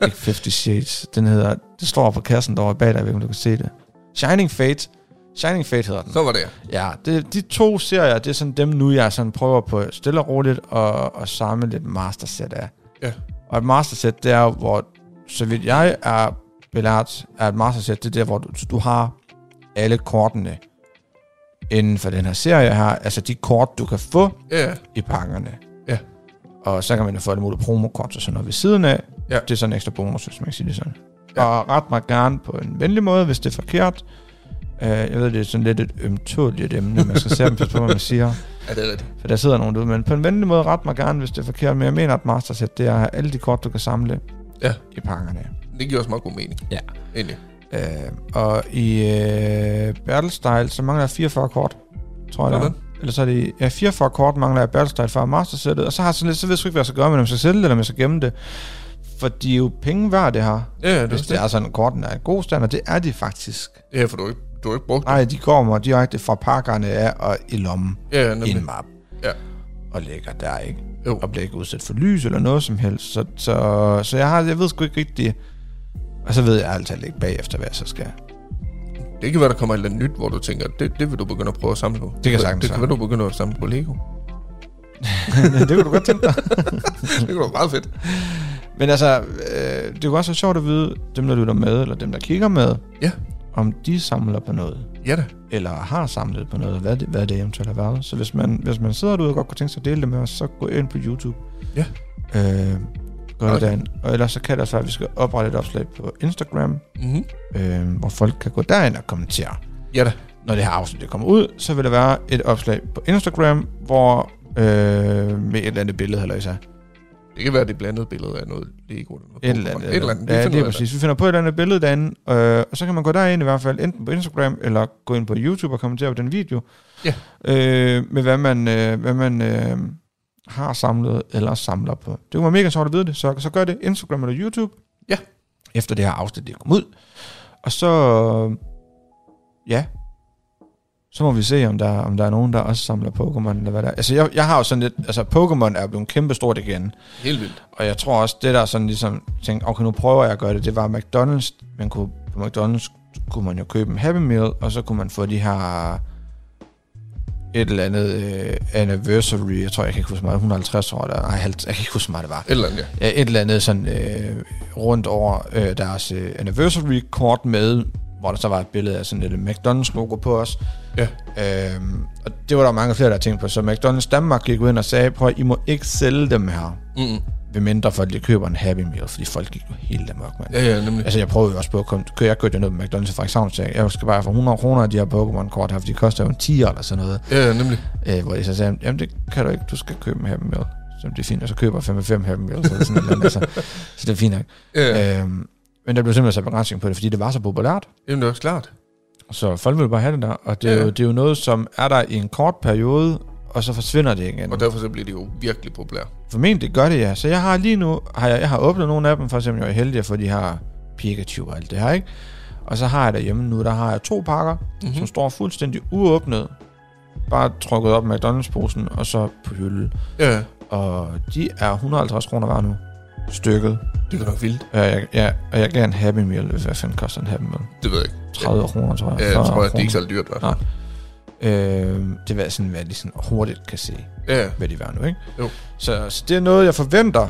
N: (laughs)
M: nu. ikke 50 Shades. Den hedder... Det står på kassen derovre bag dig, jeg ved ikke, om du kan se det. Shining Fate. Shining Fate hedder den.
N: Så var det,
M: Ja, det, de to serier, det er sådan dem nu, jeg sådan prøver på stille og roligt at, at samle lidt masterset af.
N: Ja.
M: Og et masterset, det er jo, hvor, så vidt jeg er belært, er et masterset, det er der, hvor du, du har alle kortene inden for den her serie her. Altså de kort, du kan få
N: Ja.
M: i pakkerne.
N: Ja.
M: Og så kan man jo få alle mulige promokort og sådan noget ved siden af.
N: Ja.
M: Det er sådan en ekstra bonus, hvis man kan sige det sådan. Ja. Og ret mig gerne på en venlig måde, hvis det er forkert. Øh, jeg ved, det er sådan lidt et ømtåligt emne, man skal selv passe på,
N: (laughs)
M: hvad man siger.
N: Ja, det er rigtigt.
M: For der sidder nogen derude, men på en venlig måde ret mig gerne, hvis det er forkert. Men jeg mener, at masterset, det er alle de kort, du kan samle
N: Ja.
M: i pakkerne.
N: Det giver også meget god mening.
M: Ja.
N: Egentlig.
M: Øh, og i øh, Battlestyle, så mangler jeg 44 kort, tror jeg. det er.
N: Sådan.
M: Eller så er det, ja, 44 kort mangler jeg i Battlestyle fra mastersættet, og så har jeg sådan lidt, så ved jeg sgu ikke, hvad jeg skal gøre med dem, om jeg skal sælge det, eller om jeg skal gemme det. For de er jo penge værd, det her.
N: Ja, det er
M: Hvis
N: også
M: det
N: det.
M: er sådan, korten er i god stand, og det er de faktisk.
N: Ja, for du har ikke, du har ikke brugt
M: Nej, de kommer direkte fra pakkerne af og i lommen
N: Ja,
M: i
N: nemlig.
M: en map.
N: Ja.
M: Og ligger der, ikke?
N: Jo.
M: Og bliver ikke udsat for lys eller noget som helst. Så, så, så jeg, har, jeg ved sgu ikke rigtigt... Og så ved jeg altid ikke bagefter, hvad jeg så skal.
N: Det kan være, der kommer et eller andet nyt, hvor du tænker, det, det vil du begynde at prøve at samle på.
M: Det kan sagtens
N: Det kan
M: være.
N: være, du begynder at samle på Lego.
M: det kunne du godt tænke (laughs) dig.
N: det kunne være meget fedt.
M: Men altså, øh, det er jo også sjovt at vide, dem der lytter med, eller dem der kigger med,
N: ja.
M: om de samler på noget.
N: Ja da.
M: Eller har samlet på noget, hvad det, hvad det eventuelt har været. Så hvis man, hvis man sidder derude og godt kunne tænke sig at dele det med os, så gå ind på YouTube.
N: Ja.
M: Øh, gør det
N: Okay.
M: derinde. Og ellers så kan det også være, at vi skal oprette et opslag på Instagram,
N: Mhm.
M: øh, hvor folk kan gå derind og kommentere.
N: Ja da.
M: Når det her afsnit det kommer ud, så vil der være et opslag på Instagram, hvor øh, med et eller andet billede, eller især.
N: Det kan være, det er blandet billede af noget Lego. Eller noget
M: Et eller
N: Pokémon.
M: andet.
N: Et eller andet. Vi
M: Ja,
N: finder
M: det
N: ud
M: er
N: af
M: præcis. Vi finder på et eller andet billede derinde, øh, og så kan man gå derind i hvert fald, enten på Instagram, eller gå ind på YouTube og kommentere på den video,
N: Ja.
M: øh, med hvad man, øh, hvad man øh, har samlet eller samler på. Det kunne være mega sjovt at vide det, så, så gør det Instagram eller YouTube,
N: ja.
M: efter det her afsnit det er kommet ud. Og så, øh, ja, så må vi se, om der, om der er nogen, der også samler Pokémon, eller hvad der er. Altså, jeg, jeg har jo sådan lidt... Altså, Pokémon er blevet kæmpestort igen.
N: Helt vildt.
M: Og jeg tror også, det der sådan ligesom tænkte, okay, nu prøver jeg at gøre det, det var McDonald's. Man kunne, på McDonald's kunne man jo købe en Happy Meal, og så kunne man få de her et eller andet øh, anniversary, jeg tror, jeg kan ikke huske så meget, 150 år, eller, nej, 50, jeg kan ikke huske så meget, det var.
N: Et eller andet,
M: ja. Et eller andet sådan øh, rundt over øh, deres øh, anniversary-kort med, hvor der så var et billede af sådan et McDonald's-logo på os.
N: Ja.
M: Øhm, og det var der mange flere, der tænkte på. Så McDonald's Danmark gik ud ind og sagde, prøv at I må ikke sælge dem her.
N: Mm-mm.
M: Ved mindre folk lige køber en Happy Meal, fordi folk gik jo helt amok, mand.
N: Ja, ja, nemlig.
M: Altså, jeg prøvede jo også på at komme... Jeg kørte jo ned på McDonald's fra Frederikshavn, så jeg, jeg skal bare få 100 kroner af de her Pokémon-kort her, for de koster jo en 10 eller sådan noget.
N: Ja, ja, nemlig.
M: Øh, hvor de så sagde, jamen det kan du ikke, du skal købe en Happy Meal. Så jamen, det er fint, og så køber jeg 55 Happy Meal, så, er det sådan et eller andet, altså.
N: (laughs)
M: så det er fint nok.
N: Ja.
M: Øhm, men der blev simpelthen sat begrænsning på det, fordi det var så populært.
N: Jamen, det er også klart.
M: Så folk vil bare have det der, og det, ja. er
N: Ja.
M: jo, det er jo noget, som er der i en kort periode, og så forsvinder det igen.
N: Og derfor så bliver det jo virkelig populært.
M: Formentlig gør det, ja. Så jeg har lige nu, har jeg, jeg har åbnet nogle af dem, for eksempel jeg er heldig at få de her Pikachu og alt det her, ikke? Og så har jeg derhjemme nu, der har jeg to pakker,
N: Mhm.
M: mm-hmm. som står fuldstændig uåbnet. Bare trukket op med McDonald's-posen, og så på hylde.
N: Ja.
M: Og de er 150 kroner hver nu. Stykket.
N: Det er nok vildt.
M: Ja, jeg, ja, og jeg gav en Happy Meal. Hvad fanden koster en Happy Meal?
N: Det ved jeg ikke.
M: 30 kroner, tror jeg.
N: Ja, jeg
M: 40
N: tror, at det er ikke
M: kroner.
N: så dyrt, i hvert
M: Nej.
N: fald.
M: Øh, det var sådan, hvad de sådan hurtigt kan se,
N: Ja.
M: hvad de var nu, ikke?
N: Jo.
M: Så, så det er noget, jeg forventer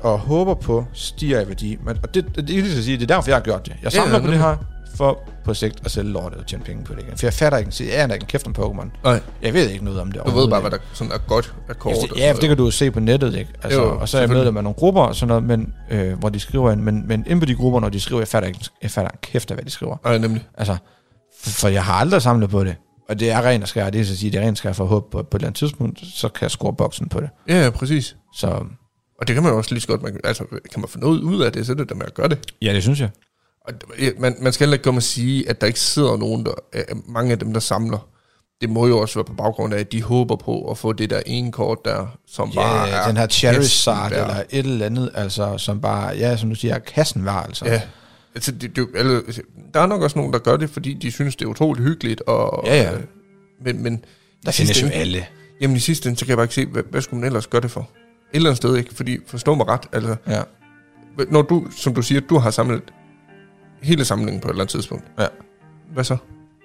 M: og håber på stiger i værdi. Men, og det, det, det, er lige så at sige, det er derfor, jeg har gjort det. Jeg
N: Ja,
M: samler
N: ja,
M: på det
N: nemlig.
M: her for på sigt at sælge lortet og tjene penge på det igen. For jeg fatter ikke, jeg aner ikke en kæft om Pokémon.
N: Nej.
M: Jeg ved ikke noget om det
N: Du ved bare, hvad der sådan er godt af kort. og
M: Efter,
N: sådan
M: ja, for det kan du jo se på nettet, ikke? Altså,
N: Jo,
M: jo, og så er jeg
N: selvfølgelig.
M: medlem af nogle grupper og sådan noget, men, øh, hvor de skriver ind. Men, men inde på de grupper, når de skriver, jeg fatter ikke jeg fatter en kæft af, hvad de skriver.
N: Ja, nemlig.
M: Altså, for, for jeg har aldrig samlet på det. og det er ren og skær, det vil så sige, det er ren og skær for håb på, på et eller andet tidspunkt, så kan jeg score boksen på det.
N: Ja, ja, præcis.
M: Så.
N: Og det kan man jo også lige så godt, man, altså, kan man få noget ud af det, så er det der med at gøre det.
M: Ja, det synes jeg.
N: Og d- ja, man, man skal heller ikke komme og sige, at der ikke sidder nogen, der, øh, mange af dem, der samler. Det må jo også være på baggrund af, at de håber på at få det der ene kort der, som
M: Ja,
N: bare er...
M: den her Charizard
N: næsten værd.
M: eller et eller andet, altså, som bare, ja, som du siger, er kassen var, altså.
N: Ja. Altså, det, det, eller, der er nok også nogen, der gør det, fordi de synes, det er utroligt hyggeligt. Og,
M: Ja, ja.
N: øh, Men, men
M: Der
N: i sidste
M: findes jo
N: ende-
M: alle.
N: Jamen i sidste ende, så kan jeg bare ikke se, hvad, hvad skulle man ellers gøre det for? Et eller andet sted, ikke? Fordi, forstå mig ret, altså...
M: Ja.
N: Når du, som du siger, du har samlet hele samlingen på et eller andet tidspunkt.
M: Ja.
N: Hvad så?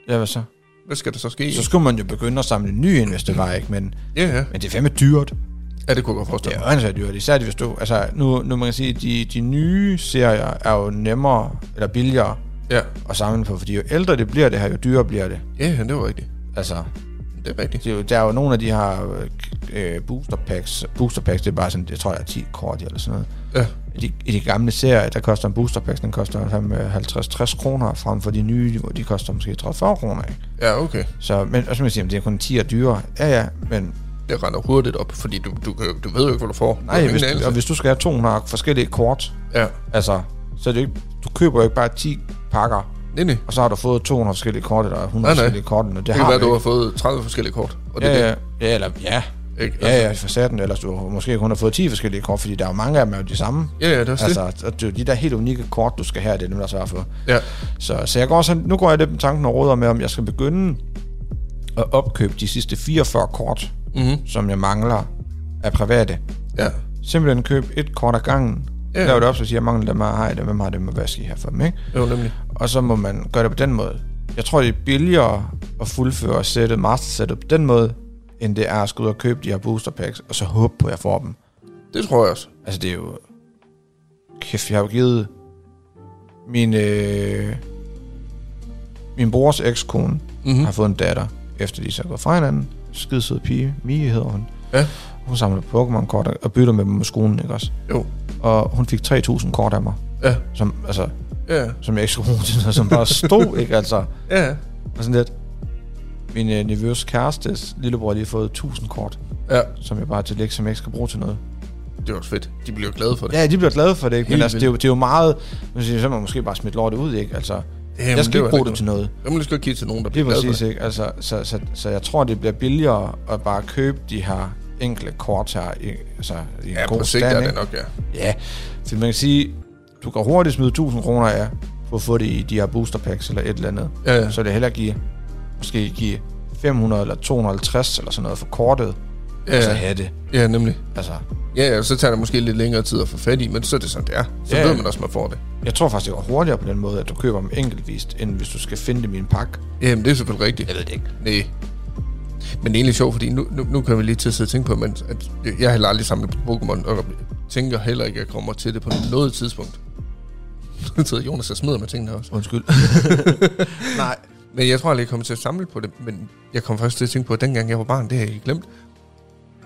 M: Ja, hvad så?
N: Hvad skal der så ske?
M: Så skulle man jo begynde at samle nye ind, hvis det var, ikke? Men,
N: Ja, ja.
M: men det er fandme dyrt.
N: Ja, det kunne jeg godt forestille
M: mig. Det er jo dyrt, især hvis du... Altså, nu, nu man kan sige, at de, de nye serier er jo nemmere eller billigere
N: ja.
M: at samle på, fordi jo ældre det bliver det her, jo dyrere bliver det.
N: Ja, ja, det var rigtigt.
M: Altså,
N: det er rigtigt.
M: Det er jo, der er jo nogle af de her øh, booster packs. Booster packs, det er bare sådan, jeg tror, jeg er 10 kort i eller sådan
N: noget.
M: Ja. I, de, I de gamle serier, der koster en booster pack, den koster fandme 50-60 kroner, frem for de nye, hvor de koster måske 30-40 kroner, ikke?
N: Ja, okay.
M: Så, men, og så må jeg sige, at det er kun 10 er dyrere. Ja, ja, men...
N: Det render hurtigt op, fordi du, du, kan jo- du ved jo ikke, hvad du får. Du har
M: Nej,
N: ingen
M: hvis,
N: anelse.
M: og hvis du skal have 200 forskellige kort,
N: Ja.
M: altså, så er det jo ikke, du køber jo ikke bare 10 pakker,
N: nej, nej.
M: og så har du fået 200 forskellige kort, eller 100
N: Nej, nej.
M: forskellige kort, eller
N: Det, det kan
M: har
N: være, du
M: ikke.
N: har fået 30 forskellige kort.
M: Og
N: er
M: det ja, ja, ja, eller ja.
N: Ikke?
M: Ja, ja, for satan, ellers du har måske kun har fået 10 forskellige kort, fordi der er jo mange af dem er jo de samme.
N: Ja, ja, det er også
M: altså, det. Og det er jo de der helt unikke kort, du skal have, det er dem, der svarer for.
N: Ja.
M: Så, så jeg går også, nu går jeg lidt med tanken og råder med, om jeg skal begynde at opkøbe de sidste 44 kort,
N: Mhm.
M: som jeg mangler af private.
N: Ja.
M: Simpelthen købe et kort ad gangen,
N: Ja.
M: ja. lave det op, så siger jeg, mangler dem, og har jeg dem, hvem har dem, og hvad skal I have for dem, ikke?
N: Jo, nemlig.
M: Og så må man gøre det på den måde. Jeg tror, det er billigere at fuldføre sættet, master-sættet på den måde, end det er at skulle ud og købe de her booster packs, og så håbe på, at jeg får dem.
N: Det tror jeg også.
M: Altså, det er jo... Kæft, jeg har jo givet min, øh, min brors ekskone
N: Mhm.
M: mm-hmm. har fået en datter, efter de så er gået fra hinanden. Skidesød pige, Mie hedder hun.
N: Ja.
M: Hun samler Pokémon-kort og bytter med dem med skolen, ikke også?
N: Jo.
M: Og hun fik 3.000 kort af mig.
N: Ja.
M: Som, altså,
N: Ja.
M: som jeg ikke skulle bruge til noget, som bare
N: (laughs)
M: stod, ikke? Altså,
N: Ja.
M: Og sådan lidt. Min øh, nervøs kærestes lillebror har lige fået 1000 kort.
N: Ja.
M: Som jeg bare har til lægge, som jeg ikke skal bruge til noget.
N: Det er også fedt. De bliver jo glade for det.
M: Ja, de bliver glade for det, ikke? Men
N: Helt
M: altså, det, er jo, det er jo meget... Man siger, så må man måske bare smide lortet ud, ikke? Altså,
N: Jamen,
M: jeg skal
N: det
M: ikke
N: var
M: bruge
N: det
M: det til noget.
N: Jamen, du skal give til nogen, der
M: Det er
N: bliver glade for
M: præcis,
N: det.
M: ikke? Altså, så, så, så, jeg tror, det bliver billigere at bare købe de her enkle kort her i, altså, i en
N: Ja,
M: god
N: på sigt er
M: stand,
N: det
M: ikke?
N: nok, ja.
M: Ja, så man kan sige, du kan hurtigt smide 1000 kroner af på at få det i de her booster packs eller et eller andet.
N: Ja, ja.
M: Så vil det hellere give, måske give 500 eller 250 eller sådan noget for kortet, og så have det.
N: Ja, nemlig.
M: Altså.
N: Ja, ja, så tager det måske lidt længere tid at få fat i, men så er det sådan, det er. Så
M: Ja.
N: ved man også, man får det.
M: Jeg tror faktisk, det går hurtigere på den måde, at du køber dem enkeltvist, end hvis du skal finde dem i en pakke.
N: Jamen, det er selvfølgelig rigtigt.
M: Jeg ved det ikke.
N: Nej. Men det er egentlig sjovt, fordi nu, nu, nu kan vi lige til at sidde og tænke på, men at jeg har heller aldrig samlet på Pokémon, og tænker heller ikke, at jeg kommer til det på noget tidspunkt. Nu sidder Jonas og smider med tingene også.
M: Undskyld.
N: (laughs) Nej. Men jeg tror aldrig, jeg kommer til at samle på det, men jeg kom først til at tænke på, at dengang jeg var barn, det har jeg ikke glemt,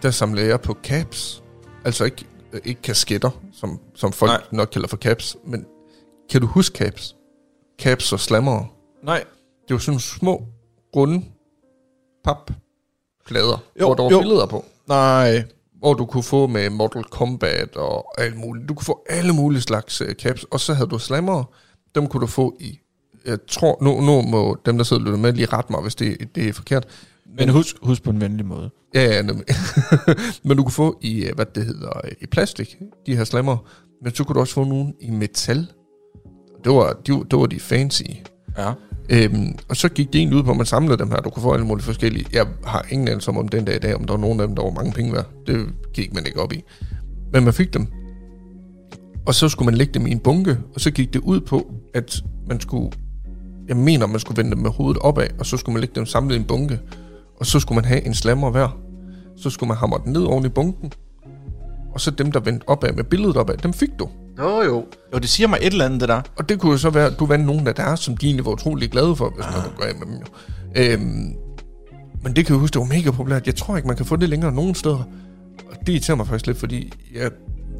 N: der samlede jeg på caps. Altså ikke, øh, ikke kasketter, som, som folk Nej. nok kalder for caps, men kan du huske caps? Caps og slammer.
M: Nej.
N: Det var sådan nogle små, runde papplader,
M: Jo,
N: hvor der var
M: jo.
N: billeder på.
M: Nej.
N: Hvor du kunne få med Mortal Kombat og alt muligt. Du kunne få alle mulige slags øh, caps, og så havde du slammer. Dem kunne du få i... Jeg tror, nu, nu må dem, der sidder og lytter med, lige rette mig, hvis det, det er forkert.
M: Men husk, husk på en venlig måde.
N: Ja, ja, nemlig. (laughs) men du kunne få i, øh, hvad det hedder, øh, i plastik, de her slammer. Men så kunne du også få nogle i metal. Det var de, det var de fancy.
M: Ja.
N: Øhm, og så gik det egentlig ud på, at man samlede dem her. Du kunne få alle mulige forskellige. Jeg har ingen anelse om, om den dag i dag, om der var nogen af dem, der var mange penge værd. Det gik man ikke op i. Men man fik dem. Og så skulle man lægge dem i en bunke, og så gik det ud på, at man skulle... Jeg mener, man skulle vende dem med hovedet opad, og så skulle man lægge dem samlet i en bunke. Og så skulle man have en slammer hver. Så skulle man hamre den ned oven i bunken. Og så dem, der vendte opad med billedet opad, dem fik du.
M: Jo, jo. Jo, det siger mig et eller andet, det der.
N: Og det kunne jo så være, at du vandt nogle af deres, som de egentlig var utrolig glade for, hvis ah. du går af med dem jo. Øhm, men det kan jeg huske, det var mega populært. Jeg tror ikke, man kan få det længere nogen steder. Og det irriterer mig faktisk lidt, fordi jeg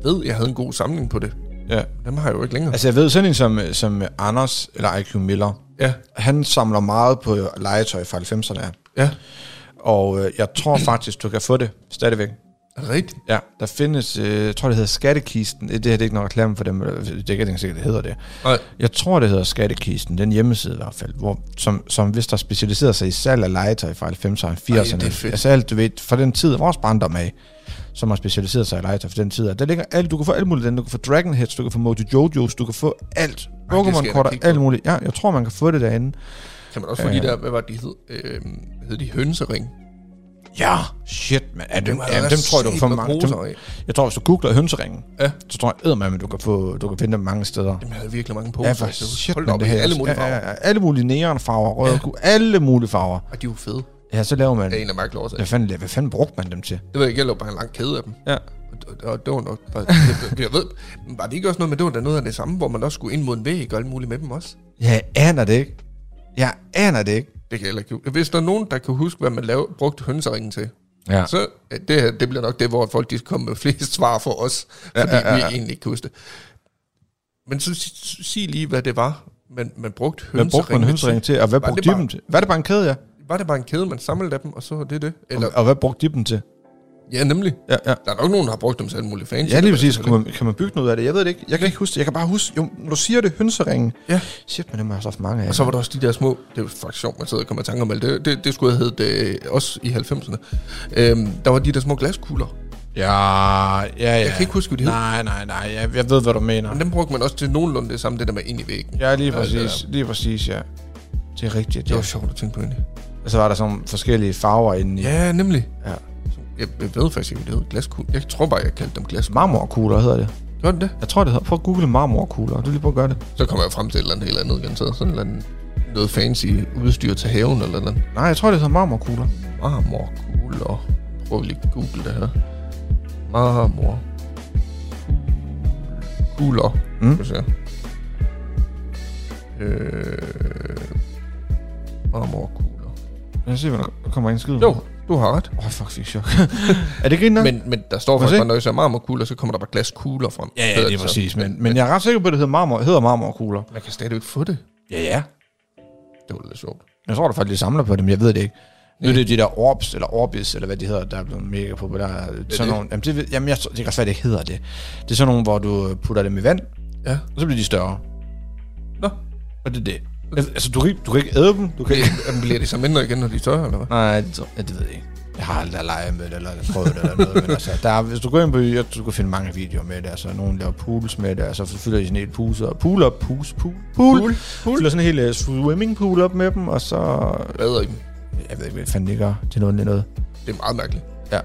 N: ved, jeg havde en god samling på det.
M: Ja.
N: Dem har jeg jo ikke længere.
M: (laughs) Altså, jeg ved sådan en som, som Anders, eller IQ Miller,
N: ja.
M: han samler meget på legetøj fra 90'erne.
D: Ja.
M: Og øh, jeg tror faktisk, du kan få det stadigvæk.
D: Rigtigt?
M: Ja, der findes, øh, jeg tror det hedder Skattekisten, Øh, det her det er ikke nok reklame for dem, eller, det er ikke engang sikkert, det hedder det.
D: Nej.
M: Jeg tror, det hedder Skattekisten, den hjemmeside i hvert fald, hvor, som, som hvis der specialiserer sig i salg af legetøj fra 90'erne og 80'erne.
D: Ej, det er fedt.
M: Altså alt, du ved, fra den tid, vores barndom af, som har specialiseret sig i legetøj fra den tid. Og Der ligger alt, du kan få alt muligt, den, du kan få Dragon Heads, du kan få Mojo Jojo's, du kan få alt.
D: Ej, det skal
M: Pokémon
D: jeg da
M: kort og
D: kigge på.
M: alt muligt. Ja, jeg tror, man kan få det derinde.
D: Kan man også få de
M: Øh,
D: der, hvad var det, de hed? Øh, hed de hønsering?
M: Ja, shit, man. Ja, dem,
D: Dem
M: dem,
D: er der
M: ja, dem tror jeg, du kan få
D: set
M: mange.
D: matroser
M: Dem,
D: af.
M: jeg tror, hvis du googler hønseringen,
D: ja.
M: så tror jeg eddermame, du kan, få, du kan finde dem mange steder.
D: Dem havde virkelig mange
M: Ja,
D: poser.
M: for
D: så
M: shit,
D: Hold
M: man,
D: op,
M: det
D: i
M: her-
D: alle mulige
M: ja,
D: farver.
M: Ja, ja, alle mulige neonfarver, røde, ja. alle mulige farver.
D: Og de var fede.
M: Ja, så laver man...
D: Det er en af mærkelige årsager.
M: Hvad fanden, hvad fanden brugte man dem til?
D: Det ved jeg ikke, jeg lå bare en lang kæde af dem.
M: Ja.
D: Og, og det var nok
M: (laughs)
D: bare, jeg, jeg ved, men var det ikke også noget med, det var da noget af det samme, hvor man også skulle ind mod en væg og alt muligt med dem også?
M: Jeg aner det ikke. Jeg aner det ikke.
D: Det kan jeg heller ikke. Hvis der er nogen, der kan huske, hvad man lavede, brugte hønseringen til,
M: Ja.
D: så øh, det, her, det bliver nok det, hvor folk de skal komme med flest svar for os,
M: Ja,
D: fordi ja,
M: ja, ja,
D: ja,
M: ja.
D: vi egentlig ikke kan huske det. Men så sig, sig lige, hvad det var, man, man brugte hønseringen
M: Hvad brugte man hønseringen til, og hvad brugte de dem til? Var det bare en kæde, ja?
D: Var det bare en kæde, man samlede af dem, og så var det det? Eller,
M: Og, og hvad brugte de dem til?
D: ja, nemlig.
M: Ja, ja.
D: Der er nok nogen, der har brugt dem til alle mulige altså. fans.
M: Ja, lige præcis. Kan man, kan man bygge noget af det? Jeg ved det ikke. Jeg kan ikke huske det. Jeg kan bare huske, jo, når du siger det, hønseringen.
D: Ja.
M: Shit, men dem har jeg også haft mange af.
D: Og så var der også de der små, det var faktisk sjovt, man sidder og kommer i tanke om alt det, det, det skulle have heddet øh, også i 90'erne. Øhm, der var de der små glaskugler.
M: Ja, ja, ja.
D: Jeg kan ikke huske, hvad de hed.
M: Nej, nej, nej. Jeg, jeg ved, hvad du mener.
D: Men dem brugte man også til nogenlunde det samme, det der med ind i væggen.
M: Ja, lige
D: Ja,
M: præcis.
D: det
M: Lige præcis, ja. Det er rigtigt.
D: Det var
M: ja.
D: sjovt at tænke på egentlig.
M: Og så var der sådan forskellige farver inde i.
D: Ja, nemlig.
M: Ja.
D: Jeg, jeg ved faktisk ikke, hvad det hedder. Glaskugler. Jeg tror bare, jeg kaldte dem glaskugler.
M: Marmorkugler hedder det.
D: Gør det det?
M: Jeg tror, det hedder. Prøv at google marmorkugler. Du lige prøve at gøre det.
D: Så kommer jeg frem til et eller andet helt andet igen. Så sådan et eller andet, noget fancy udstyr til haven eller noget.
M: Nej, jeg tror, det hedder marmorkugler.
D: Marmorkugler. Prøv lige at google det her. Marmor. Kugler.
M: Mm.
D: Skal vi se. Øh, marmorkugler.
M: Lad os se, hvad der kommer ind skid.
D: Jo, du har ret.
M: Åh, oh, fuck, fik chok. er det ikke nok?
D: Men, men der står
M: Må jeg
D: faktisk
M: se?
D: bare, når jeg siger marmorkugler, så kommer der bare glaskugler frem.
M: Ja, ja,
D: Hedder
M: det er
D: så.
M: præcis. Men, men jeg er ret sikker på, at det hedder, marmor, hedder marmorkugler.
D: Man kan stadigvæk få det.
M: Ja, ja.
D: Det var lidt sjovt.
M: Jeg tror, der faktisk de samler på dem. Jeg ved det ikke. Nu er det de der Orbs, eller Orbis, eller hvad de hedder, der er blevet mega populære. Sådan
D: det?
M: nogle, jamen, det, ved- jamen jeg, tror- det kan godt være, det ikke hedder det. Det er sådan nogle, hvor du putter dem i vand,
D: Ja.
M: og så bliver de større.
D: Nå.
M: Og det er det. Altså, du kan, ikke- du kan ikke æde dem. Du kan ikke... (laughs)
D: Bliver, bliver de så mindre igen, når de er større, eller hvad?
M: Nej, det, tror- ja, det ved jeg ikke. Jeg har aldrig leget med det, eller prøvet det, eller noget. Men altså, der er, hvis du går ind på, jeg, du kan finde mange videoer med det. Altså, nogen laver pools med det, og så fylder de sådan et puse, og pool op, pus, pool, pool. pool. pool. Fylder sådan en hel uh, swimming pool op med dem, og så...
D: Bader i dem.
M: Jeg ved ikke, hvad fanden det gør. Det er noget, det er noget.
D: Det er meget mærkeligt.
M: Ja.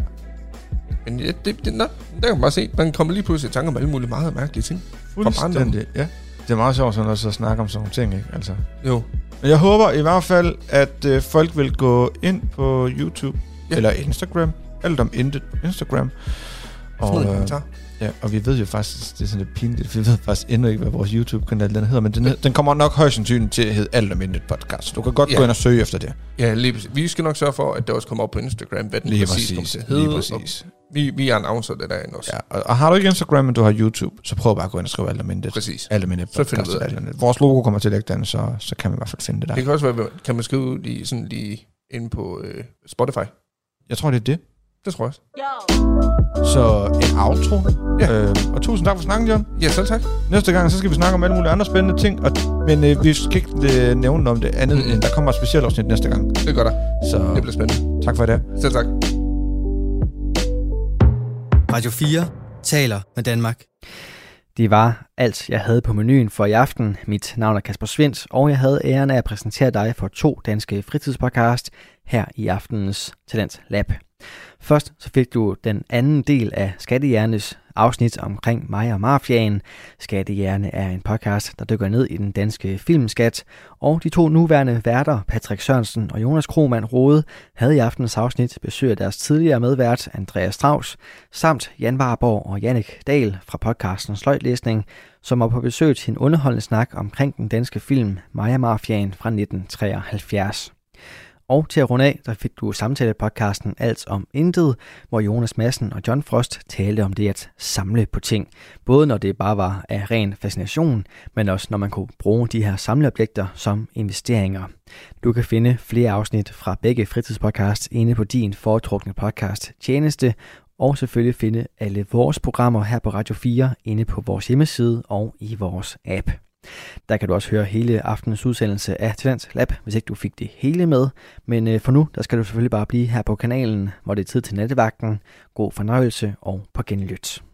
D: Men ja, det, det, nå, der kan man bare se, man kommer lige pludselig i tanke om alle mulige meget mærkelige ting. Fra barndommen.
M: Fuldstændig, ja. Det er meget sjovt sådan også at snakke om sådan nogle ting, ikke? Altså.
D: Jo.
M: Men jeg håber i hvert fald, at øh, folk vil gå ind på YouTube
D: Ja.
M: ja. eller Instagram. Alt om intet på Instagram.
D: Smid en
M: øh,
D: kommentar.
M: ja, og vi ved jo faktisk, det er sådan lidt pinligt, for vi ved faktisk endnu ikke, hvad vores YouTube-kanal den hedder, men den, hed, den kommer nok højst sandsynligt til at hedde Alt om intet podcast. Du kan godt
D: Ja.
M: gå ind og søge efter det.
D: Ja, lige præcis. Vi skal nok sørge for, at det også kommer op på Instagram, hvad den
M: Lige
D: præcis kommer
M: præcis,
D: til at
M: lige
D: hedde.
M: præcis.
D: og Vi, vi annoncer det derinde også. Ja.
M: Og, og har du ikke Instagram, men du har YouTube, så prøv bare at gå ind og skrive Alt om intet.
D: Præcis.
M: Alt om intet
D: Så finder
M: podcast.
D: vi ud af
M: Alt om Intet. Vores logo kommer til at lægge den, så, så kan man i hvert fald finde det der.
D: Det kan også være, kan man skrive lige, sådan lige inde på øh, Spotify.
M: Jeg tror, det er det.
D: Det tror jeg også.
M: Så en outro. Ja. Øh, og tusind tak for snakken, John.
D: Ja, selv tak.
M: Næste gang, så skal vi snakke om alle mulige andre spændende ting. Og, men øh, vi skal ikke øh, nævne om det andet, mm. end der kommer et specielt afsnit næste gang.
D: Det gør der.
M: Så
D: Det bliver spændende.
M: tak for i dag.
D: Selv tak.
O: Radio 4 taler med Danmark.
B: Det var alt, jeg havde på menuen for i aften. Mit navn er Kasper Svendt, og jeg havde æren af at præsentere dig for to danske fritidspodcast her i aftenens Talent Lab. Først så fik du den anden del af Skattehjernes afsnit omkring mig og mafiaen. Skattehjerne er en podcast, der dykker ned i den danske filmskat, og de to nuværende værter, Patrick Sørensen og Jonas Krohmann Rode, havde i aftenens afsnit besøg af deres tidligere medvært, Andreas Strauss, samt Jan Warborg og Jannik Dahl fra podcasten Sløjtlæsning, som var på besøg til en underholdende snak omkring den danske film Maja Mafiaen fra 1973. Og til at runde af, der fik du samtale-podcasten Alt om Intet, hvor Jonas Madsen og John Frost talte om det at samle på ting. Både når det bare var af ren fascination, men også når man kunne bruge de her samleobjekter som investeringer. Du kan finde flere afsnit fra begge fritidspodcasts inde på din foretrukne podcast tjeneste, og selvfølgelig finde alle vores programmer her på Radio 4 inde på vores hjemmeside og i vores app. Der kan du også høre hele aftenens udsendelse af Talents Lab, hvis ikke du fik det hele med. Men øh, for nu, der skal du selvfølgelig bare blive her på kanalen, hvor det er tid til nattevagten. God fornøjelse og på genlyt.